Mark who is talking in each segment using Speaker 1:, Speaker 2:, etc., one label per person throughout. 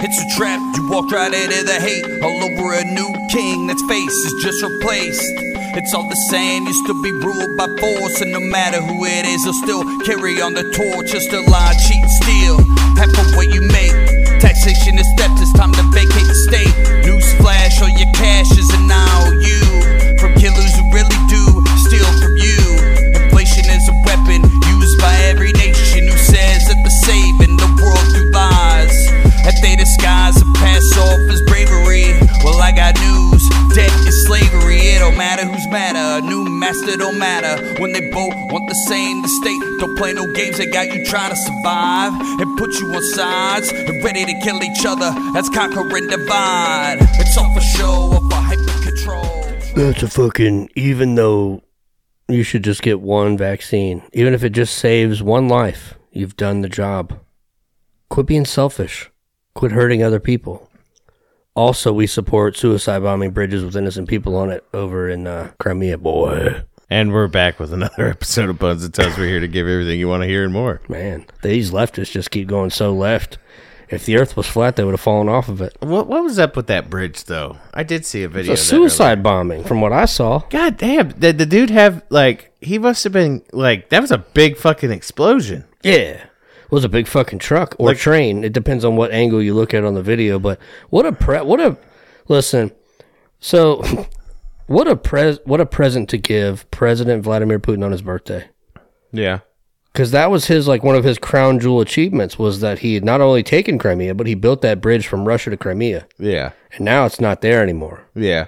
Speaker 1: It's a trap, you walked right into the hate. All over a new king, that's face is just replaced. It's all the same, used to be ruled by force. And no matter who it is, they'll still carry on the torch. Just a lie, cheat, steal. Half of what you make. Taxation is theft, it's time to vacate the state. Newsflash, all your cash is an IOU. From killers who really do steal from you. Inflation is a weapon used by every nation who says that they're saving the world through lies. That they disguise and pass off as bravery. Well, I got news. Debt is slavery. It don't matter who's matter. A new master don't matter. When they both want the same the state. Don't play no games. They got you trying to survive. And put you on sides. And ready to kill each other. That's conquer and divide. It's all for show, all for hyper control.
Speaker 2: That's a fucking. Even though you should just get one vaccine, even if it just saves one life, you've done the job. Quit being selfish. Quit hurting other people. Also, we support suicide bombing bridges with innocent people on it over in uh, Crimea, boy.
Speaker 3: And we're back with another episode of Buns and Tuts. We're here to give everything you want to hear and more.
Speaker 2: Man, these leftists just keep going so left. If the earth was flat, they would have fallen off of it.
Speaker 3: What what was up with that bridge though? I did see a video.
Speaker 2: A
Speaker 3: of that earlier.
Speaker 2: suicide bombing, from what I saw.
Speaker 3: God damn! Did the dude have like he must have been like that was a big fucking explosion.
Speaker 2: Yeah. It was a big fucking truck or train. It depends on what angle you look at on the video, but what a pre what a listen. So what a pres what a present to give President Vladimir Putin on his birthday.
Speaker 3: Yeah.
Speaker 2: Cuz that was his like one of his crown jewel achievements was that he had not only taken Crimea, but he built that bridge from Russia to Crimea.
Speaker 3: Yeah.
Speaker 2: And now it's not there anymore.
Speaker 3: Yeah.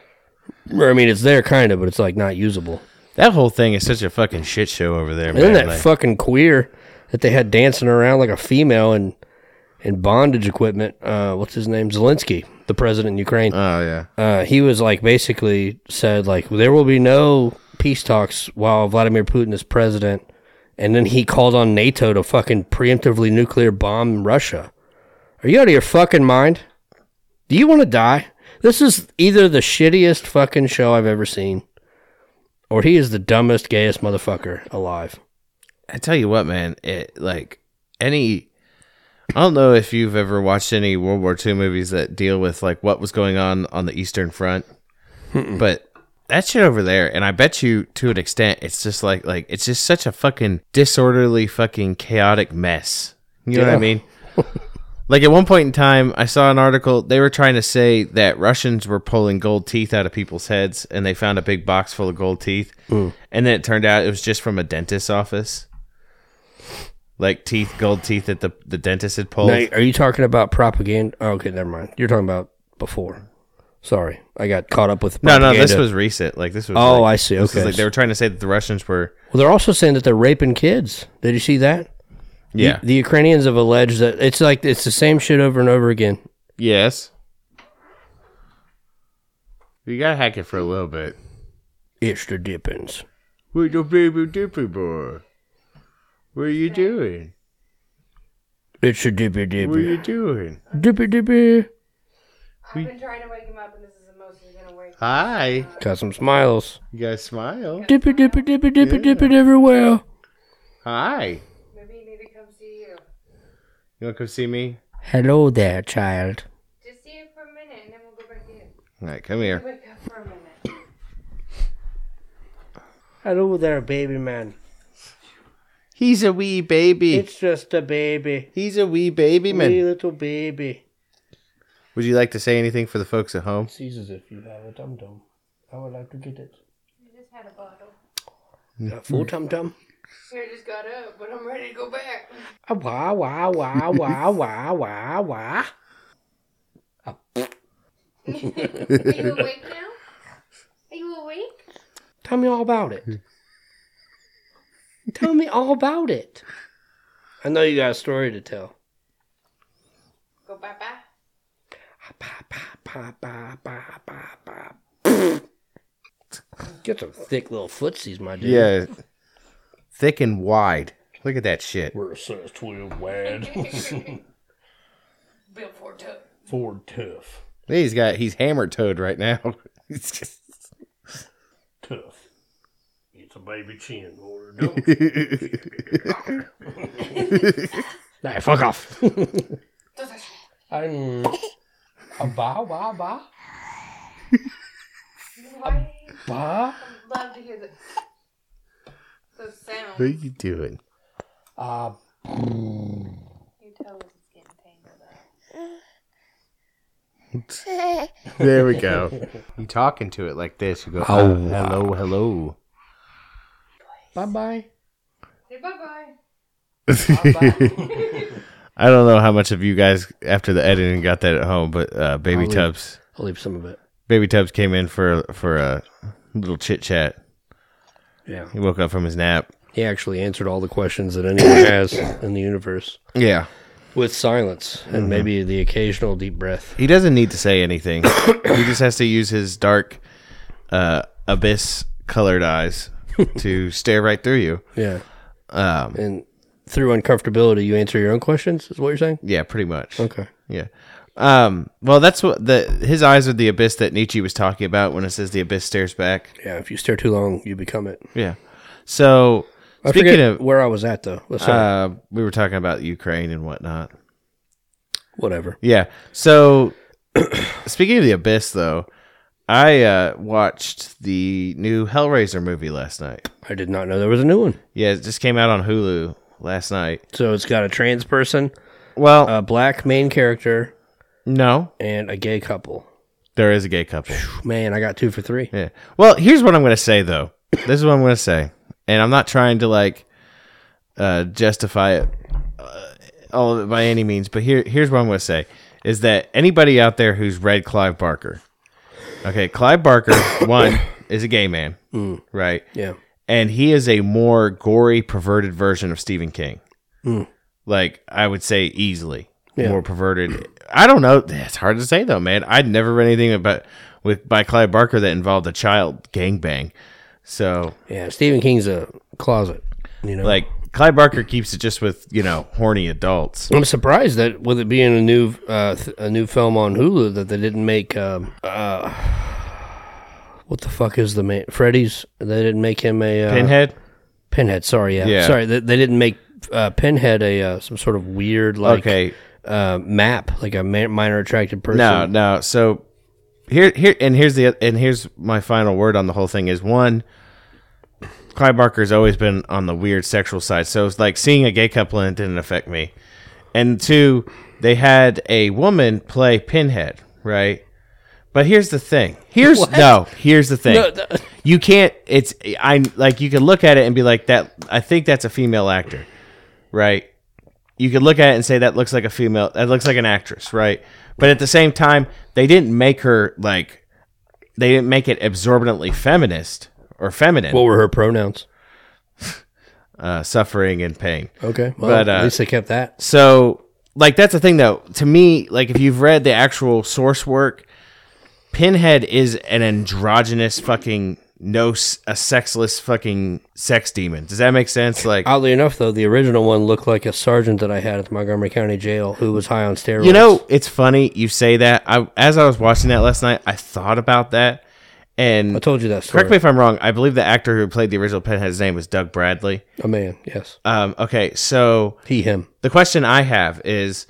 Speaker 2: Or, I mean, it's there kind of, but it's like not usable.
Speaker 3: That whole thing is such a fucking shit show over there, man.
Speaker 2: And then that
Speaker 3: Like,
Speaker 2: fucking queer that they had dancing around like a female in in bondage equipment. Uh, what's his name? Zelensky, the president in Ukraine.
Speaker 3: oh yeah.
Speaker 2: Uh, he was like basically said like there will be no peace talks while Vladimir Putin is president. And then he called on NATO to fucking preemptively nuclear bomb Russia. Are you out of your fucking mind? Do you want to die? This is either the shittiest fucking show I've ever seen, or he is the dumbest, gayest motherfucker alive.
Speaker 3: I tell you what, man. It like any. I don't know if you've ever watched any World War II movies that deal with like what was going on on the Eastern Front, but that shit over there, and I bet you to an extent, it's just like like it's just such a fucking disorderly, fucking chaotic mess. You know what I
Speaker 2: Yeah.
Speaker 3: mean? like at one point in time, I saw an article. They were trying to say that Russians were pulling gold teeth out of people's heads, and they found a big box full of gold teeth, and then it turned out it was just from a dentist's office like teeth, gold teeth that the, the dentist had pulled.
Speaker 2: Now, are you talking about propaganda? Oh, okay, never mind. You're talking about before. Sorry, I got caught up with
Speaker 3: no, no, this
Speaker 2: propaganda.
Speaker 3: was recent. Like this was.
Speaker 2: Oh,
Speaker 3: like-
Speaker 2: I see.
Speaker 3: this is
Speaker 2: Okay.
Speaker 3: like they were trying to say that the Russians were.
Speaker 2: Well, they're also saying that they're raping kids. Did you see that?
Speaker 3: Yeah.
Speaker 2: The Ukrainians have alleged that it's like it's the same shit over and over again.
Speaker 3: yes. You gotta hack it for a little bit.
Speaker 2: It's the dippins.
Speaker 3: Wait, your baby dippy boy. What are you doing?
Speaker 2: It's the dippy dippy.
Speaker 3: doing?
Speaker 2: Dippy dippy.
Speaker 4: I've been trying to wake him up, and this is the most he's gonna wake.
Speaker 3: Hi.
Speaker 2: Got some smiles.
Speaker 3: You guys smile.
Speaker 2: Dippy dippy dippy dippy dippy everywhere.
Speaker 3: Hi.
Speaker 4: Maybe you need to come see you.
Speaker 3: You wanna come see me?
Speaker 2: Hello there, child.
Speaker 4: Just see it for a minute, and then we'll go back in.
Speaker 3: All right, come here.
Speaker 4: Wake up for a minute.
Speaker 2: Hello there, baby man.
Speaker 3: He's a wee baby.
Speaker 2: just a baby,
Speaker 3: He's a wee baby man.
Speaker 2: little baby.
Speaker 3: Would you like to say anything for the folks at home?
Speaker 2: Seizes if you have a dum dum. I would like to get it.
Speaker 4: I just had a bottle.
Speaker 2: Got full tum tum.
Speaker 4: I just got up, but I'm ready to go back.
Speaker 2: Ah, Wah wah wah wah wah wah wah.
Speaker 4: Are you awake now? Are you awake?
Speaker 2: Tell me all about it. Tell me all about it. I know you got a story to tell.
Speaker 4: Go bye bye.
Speaker 2: Bah, bah, bah, bah, bah, bah, bah. Get some thick little footsies, my dude.
Speaker 3: Yeah. Thick and wide. Look at that shit.
Speaker 2: We're a size 12 wide.
Speaker 4: Bill Forte.
Speaker 2: Ford tough.
Speaker 3: He's got he's hammer toed right now. It's just
Speaker 2: Tough. It's a baby chin or a Nah, fuck off.
Speaker 4: Does that-
Speaker 2: I'm a ba ba ba
Speaker 4: Why?
Speaker 2: ba
Speaker 4: I'd love to hear the, the sound.
Speaker 3: What are you doing?
Speaker 2: uh,
Speaker 4: Your toes is getting tangled up.
Speaker 3: There we go. you talking to it like this. You go,
Speaker 2: Oh,
Speaker 3: "Ah, hello, hello.
Speaker 2: bye bye.
Speaker 4: Say bye bye.
Speaker 3: I don't know how much of you guys after the editing got that at home, but uh, baby
Speaker 2: Probably.
Speaker 3: Tubbs,
Speaker 2: I'll leave some of it.
Speaker 3: baby Tubbs came in for for a little chit chat.
Speaker 2: Yeah,
Speaker 3: He woke up from his nap.
Speaker 2: he actually answered all the questions that anyone has in the universe
Speaker 3: Yeah,
Speaker 2: with silence and maybe the occasional deep breath.
Speaker 3: he doesn't need to say anything. he just has to use his dark, uh, abyss colored eyes to stare right through you.
Speaker 2: Yeah,
Speaker 3: Um,
Speaker 2: and through uncomfortability, you answer your own questions. Is what you're saying?
Speaker 3: yeah, pretty much.
Speaker 2: Okay.
Speaker 3: Yeah. Um, well, that's what the his eyes are the abyss that Nietzsche was talking about when it says the abyss stares back.
Speaker 2: Yeah, if you stare too long, you become it.
Speaker 3: Yeah. So
Speaker 2: I
Speaker 3: speaking
Speaker 2: forget
Speaker 3: of,
Speaker 2: where I was at though. Sorry.
Speaker 3: uh, we were talking about Ukraine and whatnot.
Speaker 2: Whatever.
Speaker 3: Yeah. So speaking of the abyss, though, I uh, watched the new Hellraiser movie last night.
Speaker 2: I did not know there was a new one.
Speaker 3: Yeah, it just came out on Hulu last night.
Speaker 2: So it's got a trans person,
Speaker 3: Well,
Speaker 2: a black main character,
Speaker 3: no,
Speaker 2: and a gay couple.
Speaker 3: there is a gay couple.
Speaker 2: Man, I got two for three.
Speaker 3: Yeah. Well, here's what I'm going to say though. This is what I'm going to say, and I'm not trying to like uh, justify it uh, all of it by any means, but here here's what I'm going to say is that anybody out there who's read Clive Barker, okay, Clive Barker one is a gay man, right?
Speaker 2: Yeah.
Speaker 3: and he is a more gory, perverted version of Stephen King.
Speaker 2: Hmm.
Speaker 3: Like I would say, easily more perverted. I don't know. It's hard to say though, man. I'd never read anything about with by Clive Barker that involved a child gangbang. So
Speaker 2: Yeah. Stephen King's a closet. You know,
Speaker 3: like Clive Barker keeps it just with you know horny adults.
Speaker 2: I'm surprised that with it being a new uh, th- a new film on Hulu that they didn't make um, uh, what the fuck is the man Freddy's? They didn't make him a uh,
Speaker 3: Pinhead.
Speaker 2: Pinhead. Sorry, yeah.
Speaker 3: Yeah.
Speaker 2: Sorry, they, they didn't make uh, Pinhead a uh, some sort of weird like
Speaker 3: okay.
Speaker 2: uh, map, like a ma- minor attracted person.
Speaker 3: No, no. So here, here, and here's the, and here's my final word on the whole thing is one. Clive Barker's always been on the weird sexual side, so it's like seeing a gay couple and it didn't affect me. And two, they had a woman play Pinhead, right? But here's the thing. Here's no. Here's the thing.
Speaker 2: No, th-
Speaker 3: you can't. It's I like you can look at it and be like that. I think that's a female actor, right? you could look at it and say that looks like a female that looks like an actress right but at the same time they didn't make her like they didn't make it absorbently feminist or feminine
Speaker 2: What were her pronouns?
Speaker 3: uh, suffering and pain
Speaker 2: Okay. Well,
Speaker 3: But,
Speaker 2: at
Speaker 3: uh,
Speaker 2: least they kept that.
Speaker 3: so like that's the thing though to me like if you've read the actual source work pinhead is an androgynous fucking no s- a sexless fucking sex demon does that make sense like
Speaker 2: Oddly enough, though, the original one looked like a sergeant that I had at the Montgomery County Jail who was high on steroids.
Speaker 3: You know, it's funny you say that. I as I was watching that last night, I thought about that, and
Speaker 2: I told you that story.
Speaker 3: correct me if I'm wrong. I believe the actor who played the original Pinhead's name was Doug Bradley.
Speaker 2: A man, yes.
Speaker 3: Um, okay, so
Speaker 2: He, him.
Speaker 3: the question I have is,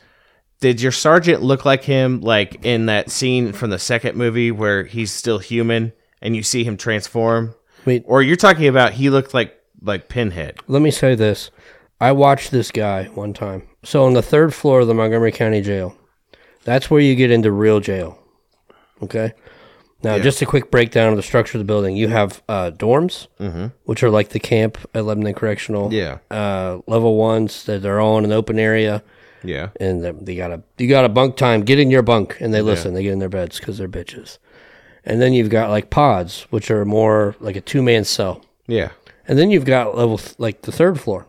Speaker 3: did your sergeant look like him, like in that scene from the second movie where he's still human and you see him transform,
Speaker 2: Wait,
Speaker 3: or you're talking about he looked like like Pinhead?
Speaker 2: let me say this. I watched this guy one time. So on the third floor of the Montgomery County Jail, that's where you get into real jail. Okay. Now, just a quick breakdown of the structure of the building. You have uh, dorms, which are like the camp at Lebanon Correctional.
Speaker 3: Yeah.
Speaker 2: Uh, level ones that they're all in an open area,
Speaker 3: Yeah,
Speaker 2: and they- they got a you got a bunk time. Get in your bunk, and they listen. They get in their beds because they're bitches. And then you've got like pods, which are more like a two man cell.
Speaker 3: yeah,
Speaker 2: And then you've got level th- like the third floor,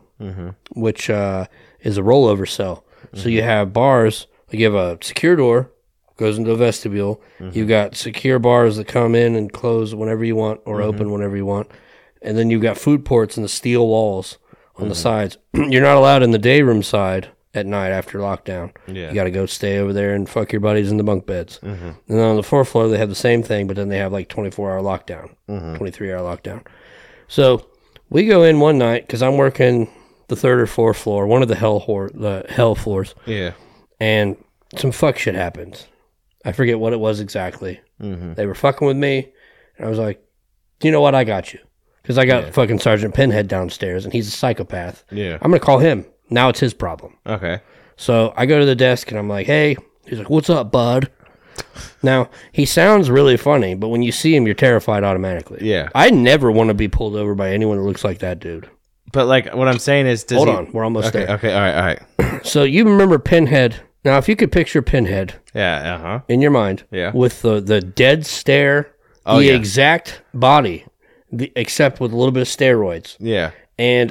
Speaker 2: which uh, is a rollover cell. So you have bars. Like you have a secure door goes into a vestibule. You've got secure bars that come in and close whenever you want or open whenever you want. And then you've got food ports and the steel walls on the sides. You're not allowed in the day room side at night after lockdown.
Speaker 3: Yeah.
Speaker 2: You got to go stay over there and fuck your buddies in the bunk beds. And then on the fourth floor, they have the same thing, but then they have like 24 hour lockdown, 23 hour lockdown. So we go in one night because I'm working the third or fourth floor, one of the hell, hor- the hell floors
Speaker 3: yeah,
Speaker 2: and some fuck shit happened. I forget what it was exactly.
Speaker 3: Mm-hmm.
Speaker 2: They were fucking with me, and I was like, "You know what? I got you." Because I got fucking Sergeant Pinhead downstairs, and he's a psychopath.
Speaker 3: Yeah.
Speaker 2: I'm gonna call him. Now it's his problem.
Speaker 3: Okay.
Speaker 2: So I go to the desk and I'm like, "Hey," he's like, "What's up, bud?" Now he sounds really funny, but when you see him, you're terrified automatically.
Speaker 3: Yeah.
Speaker 2: I never want to be pulled over by anyone that looks like that dude.
Speaker 3: But like what I'm saying is does
Speaker 2: Hold
Speaker 3: he-
Speaker 2: on, we're almost
Speaker 3: Okay,
Speaker 2: there.
Speaker 3: okay, all right, all right.
Speaker 2: So you remember Pinhead? Now, if you could picture Pinhead,
Speaker 3: Yeah, uh-huh.
Speaker 2: in your mind
Speaker 3: Yeah.
Speaker 2: with the, the dead stare,
Speaker 3: Oh,
Speaker 2: the
Speaker 3: yeah.
Speaker 2: exact body, the, except with a little bit of steroids
Speaker 3: Yeah.
Speaker 2: and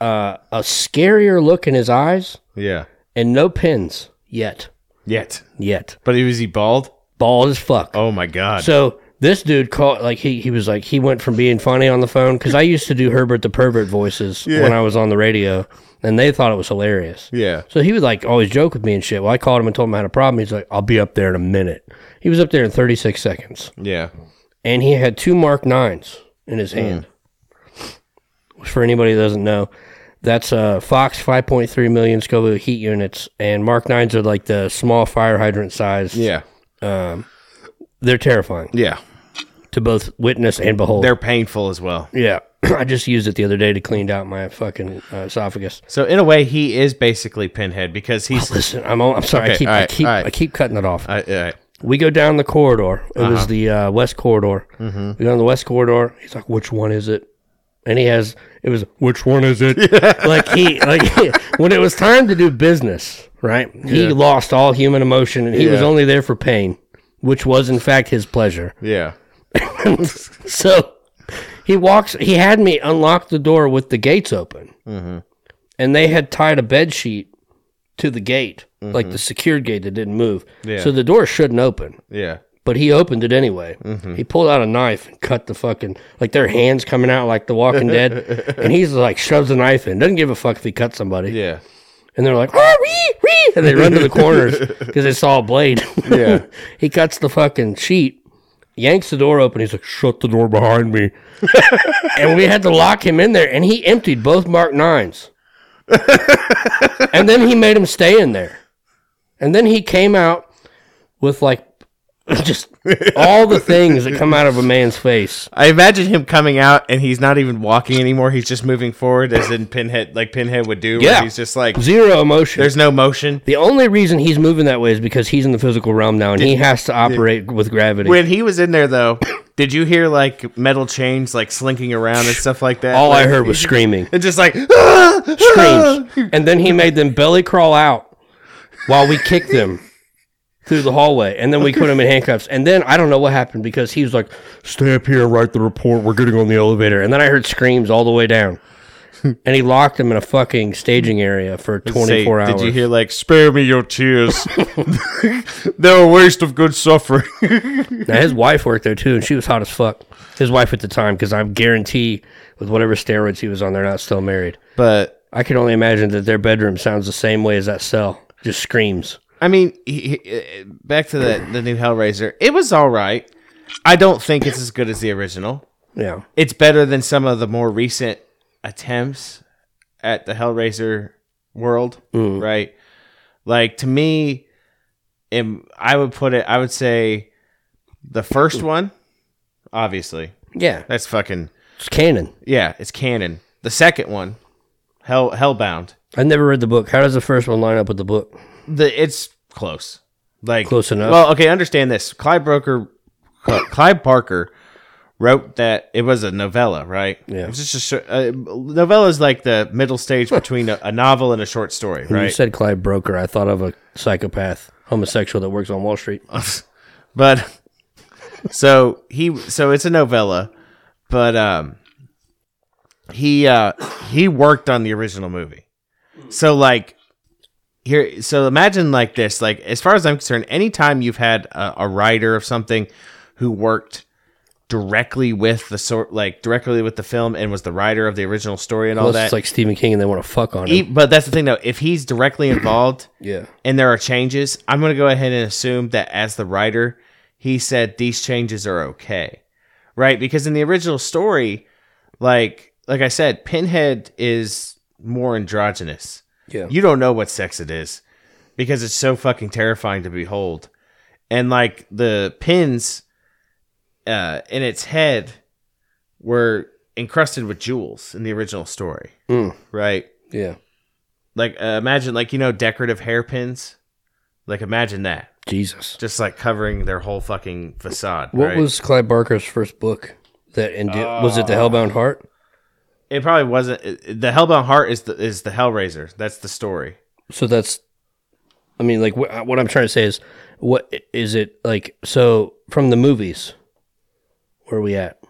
Speaker 2: uh, a scarier look in his eyes
Speaker 3: Yeah.
Speaker 2: and no pins yet.
Speaker 3: Yet.
Speaker 2: Yet.
Speaker 3: But he was he bald?
Speaker 2: Bald as fuck.
Speaker 3: Oh my god.
Speaker 2: So this dude called, like, he, he was like, he went from being funny on the phone because I used to do Herbert the Pervert voices when I was on the radio and they thought it was hilarious.
Speaker 3: yeah.
Speaker 2: So he would like always joke with me and shit. Well, I called him and told him I had a problem. He's like, I'll be up there in a minute. He was up there in 36 seconds.
Speaker 3: Yeah.
Speaker 2: and he had two Mark Nines in
Speaker 3: Hmm.
Speaker 2: his hand. Which, For anybody that doesn't know, that's uh, Fox 5.3 million Scoville heat units, and Mark Nines are like the small fire hydrant size.
Speaker 3: Yeah.
Speaker 2: They're terrifying
Speaker 3: Yeah.
Speaker 2: to both witness and behold.
Speaker 3: They're painful as well.
Speaker 2: yeah, I just used it the other day to clean out my fucking uh, esophagus.
Speaker 3: So in a way he is basically Pinhead because he's
Speaker 2: Listen, I'm, all, I'm sorry. I
Speaker 3: Okay,
Speaker 2: keep,
Speaker 3: all
Speaker 2: I
Speaker 3: right,
Speaker 2: keep,
Speaker 3: all right.
Speaker 2: I keep cutting it off.
Speaker 3: I, I,
Speaker 2: We go down the corridor. It was the uh, west corridor. We go down the west corridor. He's like, "Which one is it?" And he has it was which one is it? like he like he- when it was time to do business, right? He lost all human emotion and he was
Speaker 3: Yeah.
Speaker 2: only there for pain, which was in fact his pleasure.
Speaker 3: yeah.
Speaker 2: So he walks. He had me unlock the door with the gates open, and they had tied a bed sheet to the gate, like the secured gate that didn't move. So the door shouldn't open
Speaker 3: Yeah.
Speaker 2: but he opened it anyway. He pulled out a knife and cut the fucking like their hands coming out like The Walking Dead, and he's like shoves the knife in, doesn't give a fuck if he cut somebody.
Speaker 3: Yeah.
Speaker 2: And they're like, oh, wee, wee, and they run to the corners because they saw a blade.
Speaker 3: Yeah.
Speaker 2: he cuts the fucking sheet, yanks the door open. He's like, shut the door behind me, and we had to lock him in there. And he emptied both Mark Nines, and then he made him stay in there. And then he came out with like just all the things that come out of a man's face.
Speaker 3: I imagine him coming out and he's not even walking anymore. He's just moving forward as in Pinhead like Pinhead would do. where
Speaker 2: Yeah.
Speaker 3: He's just like
Speaker 2: Zero emotion.
Speaker 3: there's no motion.
Speaker 2: the only reason he's moving that way is because he's in the physical realm now and he has to operate with gravity.
Speaker 3: When he was in there though, did you hear like metal chains like slinking around and stuff like that?
Speaker 2: All I
Speaker 3: Like,
Speaker 2: heard was screaming.
Speaker 3: and just like "Ah!
Speaker 2: Screams. And then he made them belly crawl out while we kicked them through the hallway. And then we put him in handcuffs. And then I don't know what happened because he was like, stay up here and write the report. We're getting on the elevator. And then I heard screams all the way down. And he locked him in a fucking staging area for 24
Speaker 3: Say,
Speaker 2: hours.
Speaker 3: Did you hear like spare me your tears? They're a waste of good suffering.
Speaker 2: Now his wife worked there too, and she was hot as fuck. His wife at the time, because I guarantee with whatever steroids he was on, they're not still married.
Speaker 3: but
Speaker 2: I can only imagine that their bedroom sounds the same way as that cell, just screams.
Speaker 3: I mean, he, he, uh, back to the the new Hellraiser. It was all right. I don't think it's as good as the original.
Speaker 2: Yeah,
Speaker 3: It's better than some of the more recent attempts at the Hellraiser world, right? Like to me, em- I would put it. I would say the first one, obviously,
Speaker 2: yeah,
Speaker 3: that's fucking
Speaker 2: it's canon.
Speaker 3: Yeah, it's canon. The second one, Hell Hellbound.
Speaker 2: I never read the book. How does the first one line up with the book?
Speaker 3: The it's close. Like
Speaker 2: Close enough.
Speaker 3: Well, okay, understand this. Clive Broker Cl- Clive Barker wrote that it was a novella, right?
Speaker 2: Yeah.
Speaker 3: It was just a short, uh, novella is like the middle stage between a, a novel and a short story,
Speaker 2: When you
Speaker 3: right?
Speaker 2: said Clive Broker, I thought of a psychopath, homosexual that works on Wall Street.
Speaker 3: but so he so it's a novella, but um he uh he worked on the original movie. So like here so imagine like this like as far as I'm concerned anytime you've had a, a writer of something who worked directly with the sort like directly with the film and was the writer of the original story and all
Speaker 2: Unless it's
Speaker 3: that
Speaker 2: like Stephen King, and they want to fuck on him.
Speaker 3: e- but that's the thing though if he's directly involved
Speaker 2: yeah,
Speaker 3: and there are changes, I'm going to go ahead and assume that as the writer, he said these changes are okay. Right? Because in the original story, like like I said, Pinhead is more androgynous.
Speaker 2: Yeah.
Speaker 3: You don't know what sex it is. because it's so fucking terrifying to behold. And like the pins uh, in its head were encrusted with jewels in the original story,
Speaker 2: Mm.
Speaker 3: right?
Speaker 2: Yeah.
Speaker 3: Like uh, imagine like you know decorative hairpins. Like imagine that,
Speaker 2: Jesus.
Speaker 3: just like covering their whole fucking facade.
Speaker 2: What
Speaker 3: right?
Speaker 2: was Clive Barker's first book? That and was it the Hellbound Heart?
Speaker 3: It probably wasn't. it- it- The Hellbound Heart is the is the Hellraiser. That's the story.
Speaker 2: So that's, I mean, like wh- what I'm trying to say is, what i- is it like? So from the movies, where are we at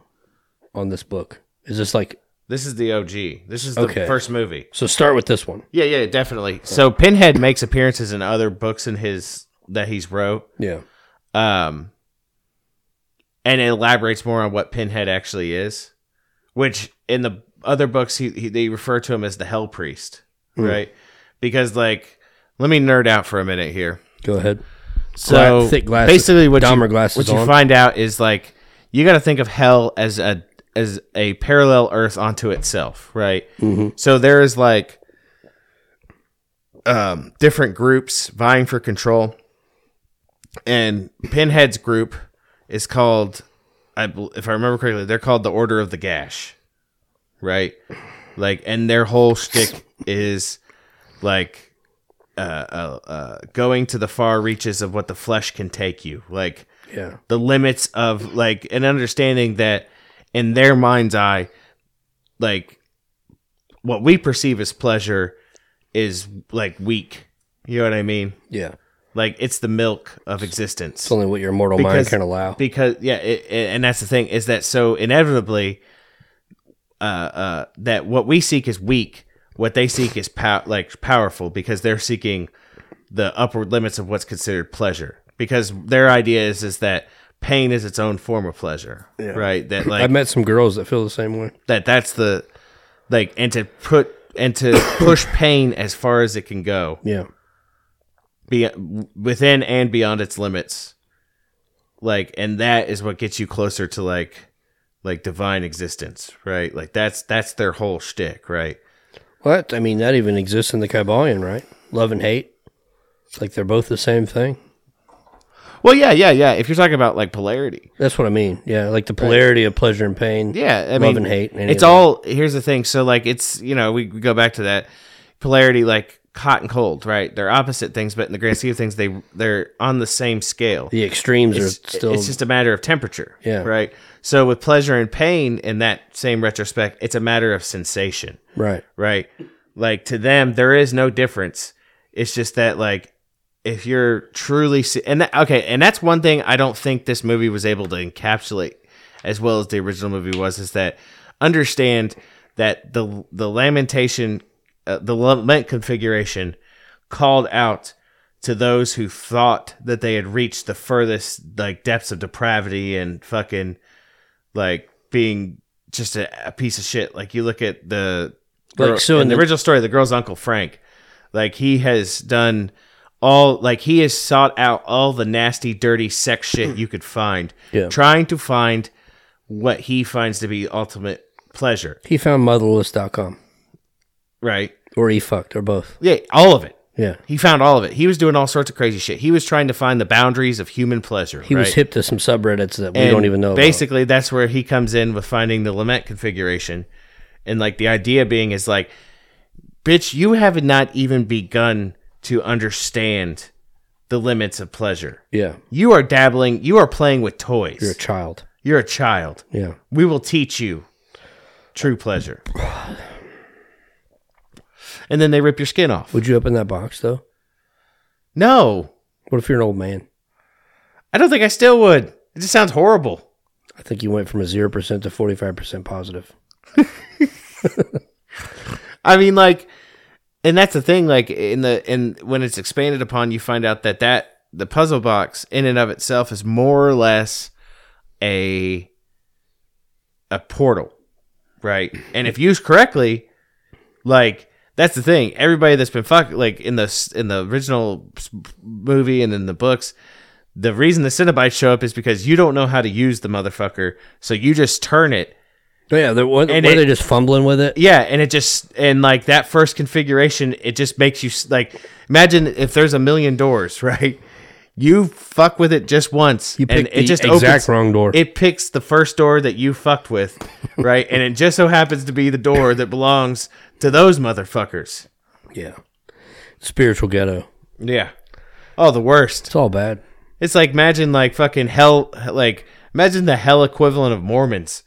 Speaker 2: on this book? Is this like
Speaker 3: This is the OG. This is the
Speaker 2: Okay.
Speaker 3: first movie.
Speaker 2: so? Start with this one.
Speaker 3: Yeah, yeah, definitely. So Pinhead makes appearances in other books in his that he's wrote,
Speaker 2: Yeah.
Speaker 3: um, and it elaborates more on what Pinhead actually is, which in the other books he, he they refer to him as the Hell Priest, right? Because like, let me nerd out for a minute here.
Speaker 2: Go ahead.
Speaker 3: So
Speaker 2: Gla- thick glasses-
Speaker 3: basically, what
Speaker 2: Dahmer
Speaker 3: you,
Speaker 2: glasses
Speaker 3: what you
Speaker 2: on.
Speaker 3: find out is like you got to think of hell as a as a parallel Earth onto itself, right?
Speaker 2: Mm-hmm.
Speaker 3: So there is like um, different groups vying for control, and Pinhead's group is called, I bel- if I remember correctly, they're called the Order of the Gash, right? Like, and their whole shtick is like uh, uh, going to the far reaches of what the flesh can take you, like
Speaker 2: Yeah.
Speaker 3: the limits of like an understanding that in their mind's eye, like what we perceive as pleasure is like weak. You know what I mean?
Speaker 2: Yeah.
Speaker 3: Like it's the milk of existence
Speaker 2: It's only what your mortal mind can allow.
Speaker 3: because yeah it, it- and that's the thing is that so inevitably uh uh that what we seek is weak what they seek is pow- like powerful because they're seeking the upward limits of what's considered pleasure because their idea is is that pain is its own form of pleasure right that like
Speaker 2: I've met some girls that feel the same way.
Speaker 3: that that's the like and to put and to push pain as far as it can go
Speaker 2: Yeah.
Speaker 3: be within and beyond its limits like and that is what gets you closer to like like divine existence right like that's that's their whole shtick right
Speaker 2: What? I mean, that even exists in the Kybalion, right? Love and hate. It's like they're both the same thing.
Speaker 3: well yeah yeah yeah if you're talking about like polarity
Speaker 2: That's what I mean. Yeah, like the polarity of pleasure and pain.
Speaker 3: yeah i
Speaker 2: Love
Speaker 3: mean
Speaker 2: and hate, any
Speaker 3: it's
Speaker 2: of that.
Speaker 3: all here's the thing so like it's you know we, we go back to that polarity like hot and cold right they're opposite things but in the grand scheme of things they they're on the same scale
Speaker 2: The extremes are
Speaker 3: it's,
Speaker 2: still.
Speaker 3: it's just a matter of temperature.
Speaker 2: Yeah.
Speaker 3: Right. So with pleasure and pain in that same retrospect, it's a matter of sensation.
Speaker 2: right.
Speaker 3: Right. Like to them, there is no difference. It's just that like if you're truly se- and that, okay, and that's one thing I don't think this movie was able to encapsulate as well as the original movie was is that understand that the the lamentation uh, the lament configuration called out to those who thought that they had reached the furthest like depths of depravity and fucking like being just a, a piece of shit like you look at the
Speaker 2: Like,
Speaker 3: girl-
Speaker 2: so
Speaker 3: in
Speaker 2: in
Speaker 3: the
Speaker 2: the-
Speaker 3: original story the girl's uncle frank like he has done all like he has sought out all the nasty dirty sex shit you could find
Speaker 2: Yeah.
Speaker 3: trying to find what he finds to be ultimate pleasure
Speaker 2: He found motherless.com
Speaker 3: right
Speaker 2: or he fucked or both.
Speaker 3: yeah all of it
Speaker 2: Yeah.
Speaker 3: he found all of it he was doing all sorts of crazy shit he was trying to find the boundaries of human pleasure
Speaker 2: He was
Speaker 3: right?
Speaker 2: hip to some subreddits that we
Speaker 3: And
Speaker 2: don't even know. Basically,
Speaker 3: Basically, that's where he comes in with finding the lament configuration, and like the idea being is like, bitch, you have not even begun to understand the limits of pleasure.
Speaker 2: yeah,
Speaker 3: You are dabbling. You are playing with toys.
Speaker 2: you're a child.
Speaker 3: You're a child.
Speaker 2: Yeah,
Speaker 3: We will teach you true pleasure. And then they rip your skin off.
Speaker 2: would you open that box though?
Speaker 3: No,
Speaker 2: What if you're an old man?
Speaker 3: I don't think I still would. It just sounds horrible.
Speaker 2: I think you went from a zero percent to forty five percent positive.
Speaker 3: I mean, like, and that's the thing. Like in the in when it's expanded upon, you find out that that the puzzle box in and of itself is more or less a a portal, right? And if used correctly, like that's the thing. Everybody that's been fuck like in the s- in the original s- movie and in the books. The reason the Cenobites show up is because you don't know how to use the motherfucker, so you just turn it
Speaker 2: Oh, yeah, they're, were, were
Speaker 3: And it-
Speaker 2: they just fumbling with it?
Speaker 3: Yeah, and it just and like that first configuration, it just makes you s- like imagine if there's a million doors, right? You fuck with it just once,
Speaker 2: You
Speaker 3: and
Speaker 2: picked
Speaker 3: it
Speaker 2: the
Speaker 3: just
Speaker 2: exact
Speaker 3: opens,
Speaker 2: wrong door.
Speaker 3: It picks the first door that you fucked with, right? and it just so happens to be the door that belongs to those motherfuckers.
Speaker 2: Yeah. Spiritual ghetto.
Speaker 3: Yeah. Oh, the worst.
Speaker 2: It's all bad.
Speaker 3: It's like imagine like fucking hell, like imagine the hell equivalent of Mormons.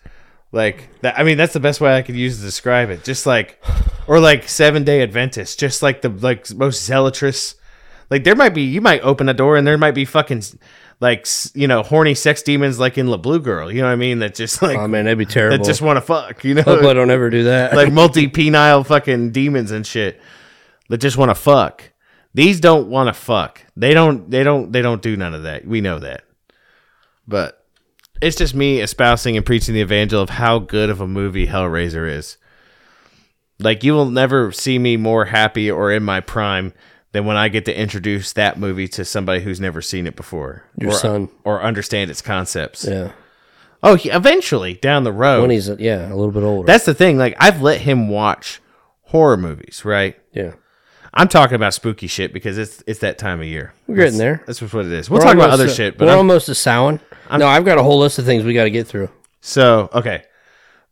Speaker 3: Like that. I mean, that's the best way I could use to describe it. Just like, or like Seven Day Adventists. Just like the like most zealotrous. Like there might be you might open a door and there might be fucking like s- you know horny sex demons like in La Blue Girl. You know what I mean? That just like
Speaker 2: Oh man, that'd be
Speaker 3: that
Speaker 2: terrible.
Speaker 3: just want to fuck. You know,
Speaker 2: Hope I don't ever do that.
Speaker 3: like multi penile fucking demons and shit that just want to fuck. These don't want to fuck. They don't. They don't. They don't do none of that. We know that. But it's just me espousing and preaching the evangel of how good of a movie Hellraiser is. Like you will never see me more happy or in my prime than when I get to introduce that movie to somebody who's never seen it before,
Speaker 2: Your
Speaker 3: or,
Speaker 2: son.
Speaker 3: or understand its concepts.
Speaker 2: yeah.
Speaker 3: Oh, he, eventually down the road
Speaker 2: When he's yeah, a little bit older.
Speaker 3: that's the thing. Like I've let him watch horror movies, right?
Speaker 2: yeah.
Speaker 3: I'm talking about spooky shit because it's it's that time of year.
Speaker 2: We're getting there.
Speaker 3: That's just what it is. We'll talk about other shit, but
Speaker 2: we're
Speaker 3: I'm-
Speaker 2: almost to Samhain. No, I've got a whole list of things we got to get through.
Speaker 3: so okay.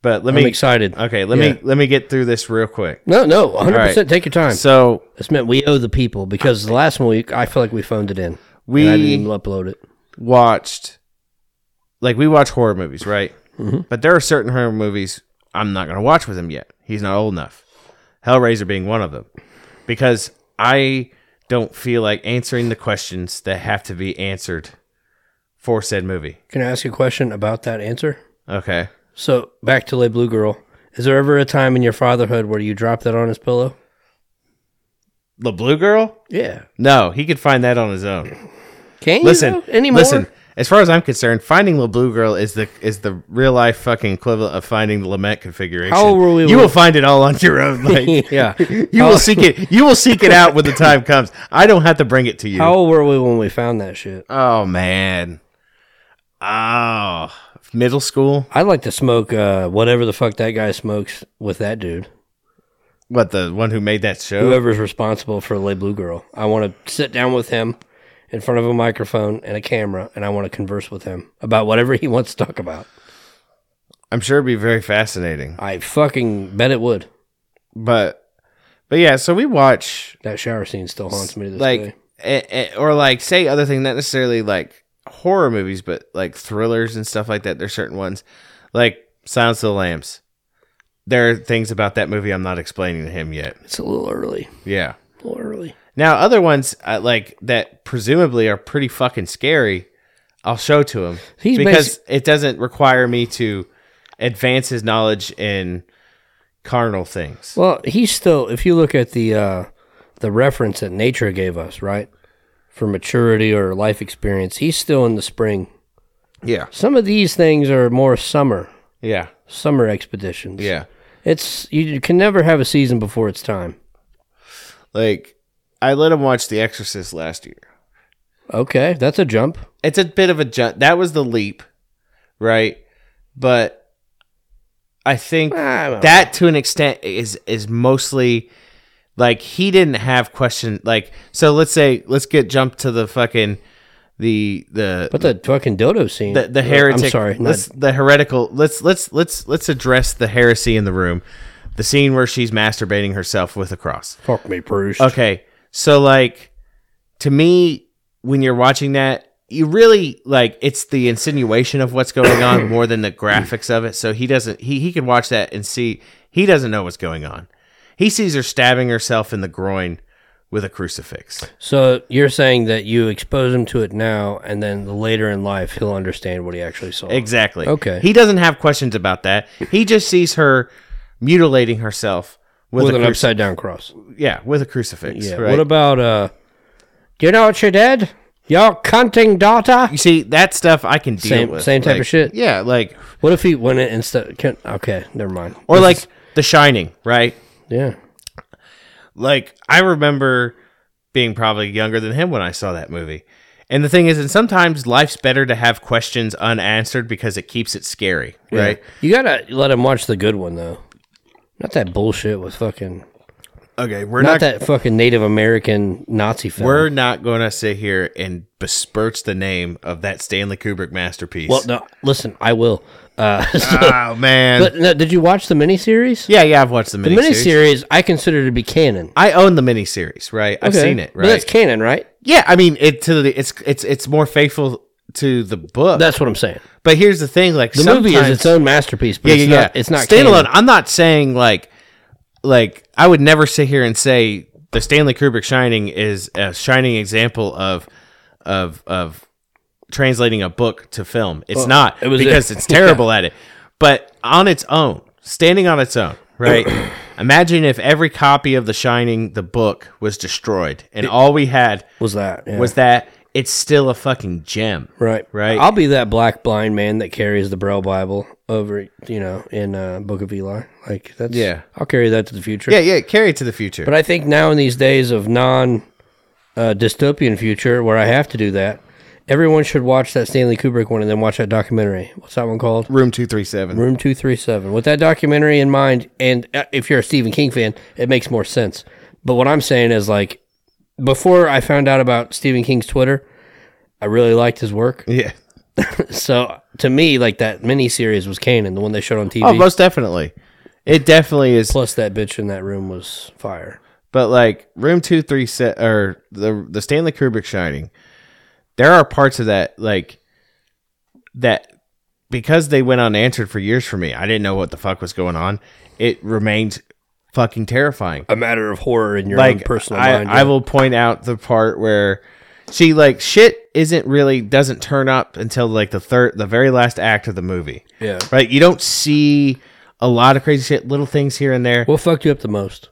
Speaker 3: But let
Speaker 2: I'm
Speaker 3: me
Speaker 2: excited.
Speaker 3: Okay, let
Speaker 2: Yeah.
Speaker 3: me let me get through this real quick.
Speaker 2: No, no, 100.
Speaker 3: All right.
Speaker 2: percent Take your time.
Speaker 3: So
Speaker 2: this meant we owe the people because the last week I feel like we phoned it in.
Speaker 3: we
Speaker 2: and I didn't even upload it.
Speaker 3: watched like we watch horror movies, right?
Speaker 2: Mm-hmm.
Speaker 3: But there are certain horror movies I'm not going to watch with him yet. He's not old enough. Hellraiser being one of them. Because I don't feel like answering the questions that have to be answered for said movie.
Speaker 2: Can I ask you a question about that answer?
Speaker 3: Okay.
Speaker 2: So back to Le Blue Girl. Is there ever a time in your fatherhood where you dropped that on his pillow?
Speaker 3: The Blue Girl?
Speaker 2: Yeah.
Speaker 3: No, he could find that on his own.
Speaker 2: Can you
Speaker 3: Listen,
Speaker 2: though, anymore?
Speaker 3: listen. As far as I'm concerned, finding the Blue Girl is the is the real life fucking equivalent of finding the Lament configuration.
Speaker 2: How old were we
Speaker 3: You
Speaker 2: when-
Speaker 3: will find it all on your own. Like,
Speaker 2: Yeah.
Speaker 3: You will seek it. You will seek it out when the time comes. I don't have to bring it to you.
Speaker 2: How old were we when we found that shit?
Speaker 3: Oh man. Oh, middle school.
Speaker 2: I'd like to smoke uh, whatever the fuck that guy smokes with that dude.
Speaker 3: What the one who made that show?
Speaker 2: Whoever's responsible for Le Blue Girl. I want to sit down with him in front of a microphone and a camera, and I want to converse with him about whatever he wants to talk about.
Speaker 3: I'm sure it'd be very fascinating.
Speaker 2: I fucking bet it would.
Speaker 3: But, but yeah. So we watch
Speaker 2: That shower scene still haunts me to this day.
Speaker 3: like, eh, eh, or like say other thing, not necessarily like horror movies, but like thrillers and stuff like that. There's certain ones, like Silence of the Lambs. There are things about that movie I'm not explaining to him yet.
Speaker 2: It's a little early.
Speaker 3: Yeah.
Speaker 2: A little early.
Speaker 3: Now, other ones uh, like that presumably are pretty fucking scary. I'll show to him
Speaker 2: He's
Speaker 3: because it doesn't require me to advance his knowledge in carnal things.
Speaker 2: Well, he's still. If you look at the uh, the reference that nature gave us, right, for maturity or life experience, he's still in the spring.
Speaker 3: yeah,
Speaker 2: Some of these things are more summer,
Speaker 3: yeah,
Speaker 2: summer expeditions.
Speaker 3: yeah.
Speaker 2: it's you can never have a season before its time.
Speaker 3: Like I let him watch The Exorcist last year.
Speaker 2: Okay, that's a jump.
Speaker 3: It's a bit of a jump. That was the leap, right? But I think
Speaker 2: Oh.
Speaker 3: that to an extent is is mostly like he didn't have question like so let's say let's get jumped to the fucking the the
Speaker 2: But the fucking dodo scene,
Speaker 3: the, the heretic
Speaker 2: I'm sorry, not-
Speaker 3: let's, the heretical let's let's let's let's address the heresy in the room the scene where she's masturbating herself with a cross
Speaker 2: fuck me, Bruce.
Speaker 3: Okay. So like to me when you're watching that you really like it's the insinuation of what's going on more than the graphics of it. So he doesn't he he can watch that and see he doesn't know what's going on. He sees her stabbing herself in the groin with a crucifix.
Speaker 2: So you're saying that you expose him to it now, and then later in life he'll understand what he actually saw.
Speaker 3: Exactly.
Speaker 2: Okay.
Speaker 3: He doesn't have questions about that. He just sees her mutilating herself with,
Speaker 2: With
Speaker 3: a
Speaker 2: an
Speaker 3: cruci-
Speaker 2: upside down cross.
Speaker 3: yeah, with a crucifix.
Speaker 2: Yeah.
Speaker 3: Right?
Speaker 2: What about uh? Do you know what you did? Your cunting daughter.
Speaker 3: you see that stuff I can deal
Speaker 2: Same-
Speaker 3: with.
Speaker 2: same type of
Speaker 3: Like,
Speaker 2: shit.
Speaker 3: Yeah, like
Speaker 2: What if he went in instead? Can, okay, never mind.
Speaker 3: or
Speaker 2: This
Speaker 3: like
Speaker 2: is-
Speaker 3: The Shining, right?
Speaker 2: yeah,
Speaker 3: Like I remember being probably younger than him when I saw that movie. And the thing is, and sometimes life's better to have questions unanswered because it keeps it scary, right?
Speaker 2: You gotta let him watch the good one though. Not that bullshit with fucking.
Speaker 3: Okay, we're
Speaker 2: Not, that fucking Native American Nazi film.
Speaker 3: we're not going to sit here and besmirch the name of that Stanley Kubrick masterpiece.
Speaker 2: well, no, listen, I will. Uh, so-
Speaker 3: oh man,
Speaker 2: but no, did you watch the miniseries?
Speaker 3: yeah, yeah, I've watched the
Speaker 2: The
Speaker 3: miniseries.
Speaker 2: miniseries I consider to be canon.
Speaker 3: I own the miniseries, right? I've
Speaker 2: Okay.
Speaker 3: seen it,
Speaker 2: But that's
Speaker 3: right?
Speaker 2: canon, right?
Speaker 3: Yeah, I mean, it to the, it's it's it's more faithful to the book.
Speaker 2: That's what I'm saying.
Speaker 3: but here's the thing, like
Speaker 2: The movie is
Speaker 3: sometimes-
Speaker 2: its own masterpiece, but
Speaker 3: yeah,
Speaker 2: it's,
Speaker 3: yeah,
Speaker 2: not,
Speaker 3: yeah.
Speaker 2: it's not
Speaker 3: standalone.
Speaker 2: canon.
Speaker 3: I'm not saying like like I would never sit here and say the Stanley Kubrick Shining is a shining example of of of translating a book to film. It's not
Speaker 2: it was
Speaker 3: because
Speaker 2: it.
Speaker 3: it's terrible at it. But on its own, standing on its own, right? Imagine if every copy of The Shining, the book, was destroyed, and all we had
Speaker 2: Was that? yeah.
Speaker 3: was that. It's still a fucking gem,
Speaker 2: Right.
Speaker 3: Right.
Speaker 2: I'll be that black blind man that carries the Braille Bible over, you know, in uh, Book of Eli. Like that's
Speaker 3: Yeah.
Speaker 2: I'll carry that to the future.
Speaker 3: Yeah, yeah. Carry it to the future.
Speaker 2: But I think now in these days of non uh, dystopian future where I have to do that, everyone should watch that Stanley Kubrick one and then watch that documentary. What's that one called?
Speaker 3: Room two three seven.
Speaker 2: Room 237. With that documentary in mind, and uh, if you're a Stephen King fan, it makes more sense. But what I'm saying is, like, before I found out about Stephen King's Twitter, I really liked his work.
Speaker 3: Yeah.
Speaker 2: So to me, like that mini series was Kanan, the one they showed on TV.
Speaker 3: Oh, most definitely. It definitely is.
Speaker 2: Plus, that bitch in that room was fire.
Speaker 3: But like room two, three, set or the the Stanley Kubrick Shining, there are parts of that like that because they went unanswered for years for me. I didn't know what the fuck was going on. It remained fucking terrifying.
Speaker 2: A matter of horror in your own
Speaker 3: Like
Speaker 2: personal
Speaker 3: I,
Speaker 2: mind.
Speaker 3: I will point out the part where she like shit isn't really doesn't turn up until like the third the very last act of the movie.
Speaker 2: Yeah.
Speaker 3: Right? You don't see a lot of crazy shit, little things here and there.
Speaker 2: What fucked you up the most?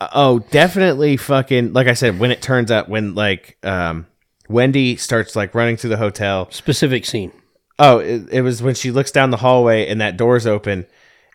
Speaker 3: Oh, definitely fucking like I said, when it turns out when like um Wendy starts like running through the hotel.
Speaker 2: Specific scene.
Speaker 3: Oh, it, it was when she looks down the hallway and that door's open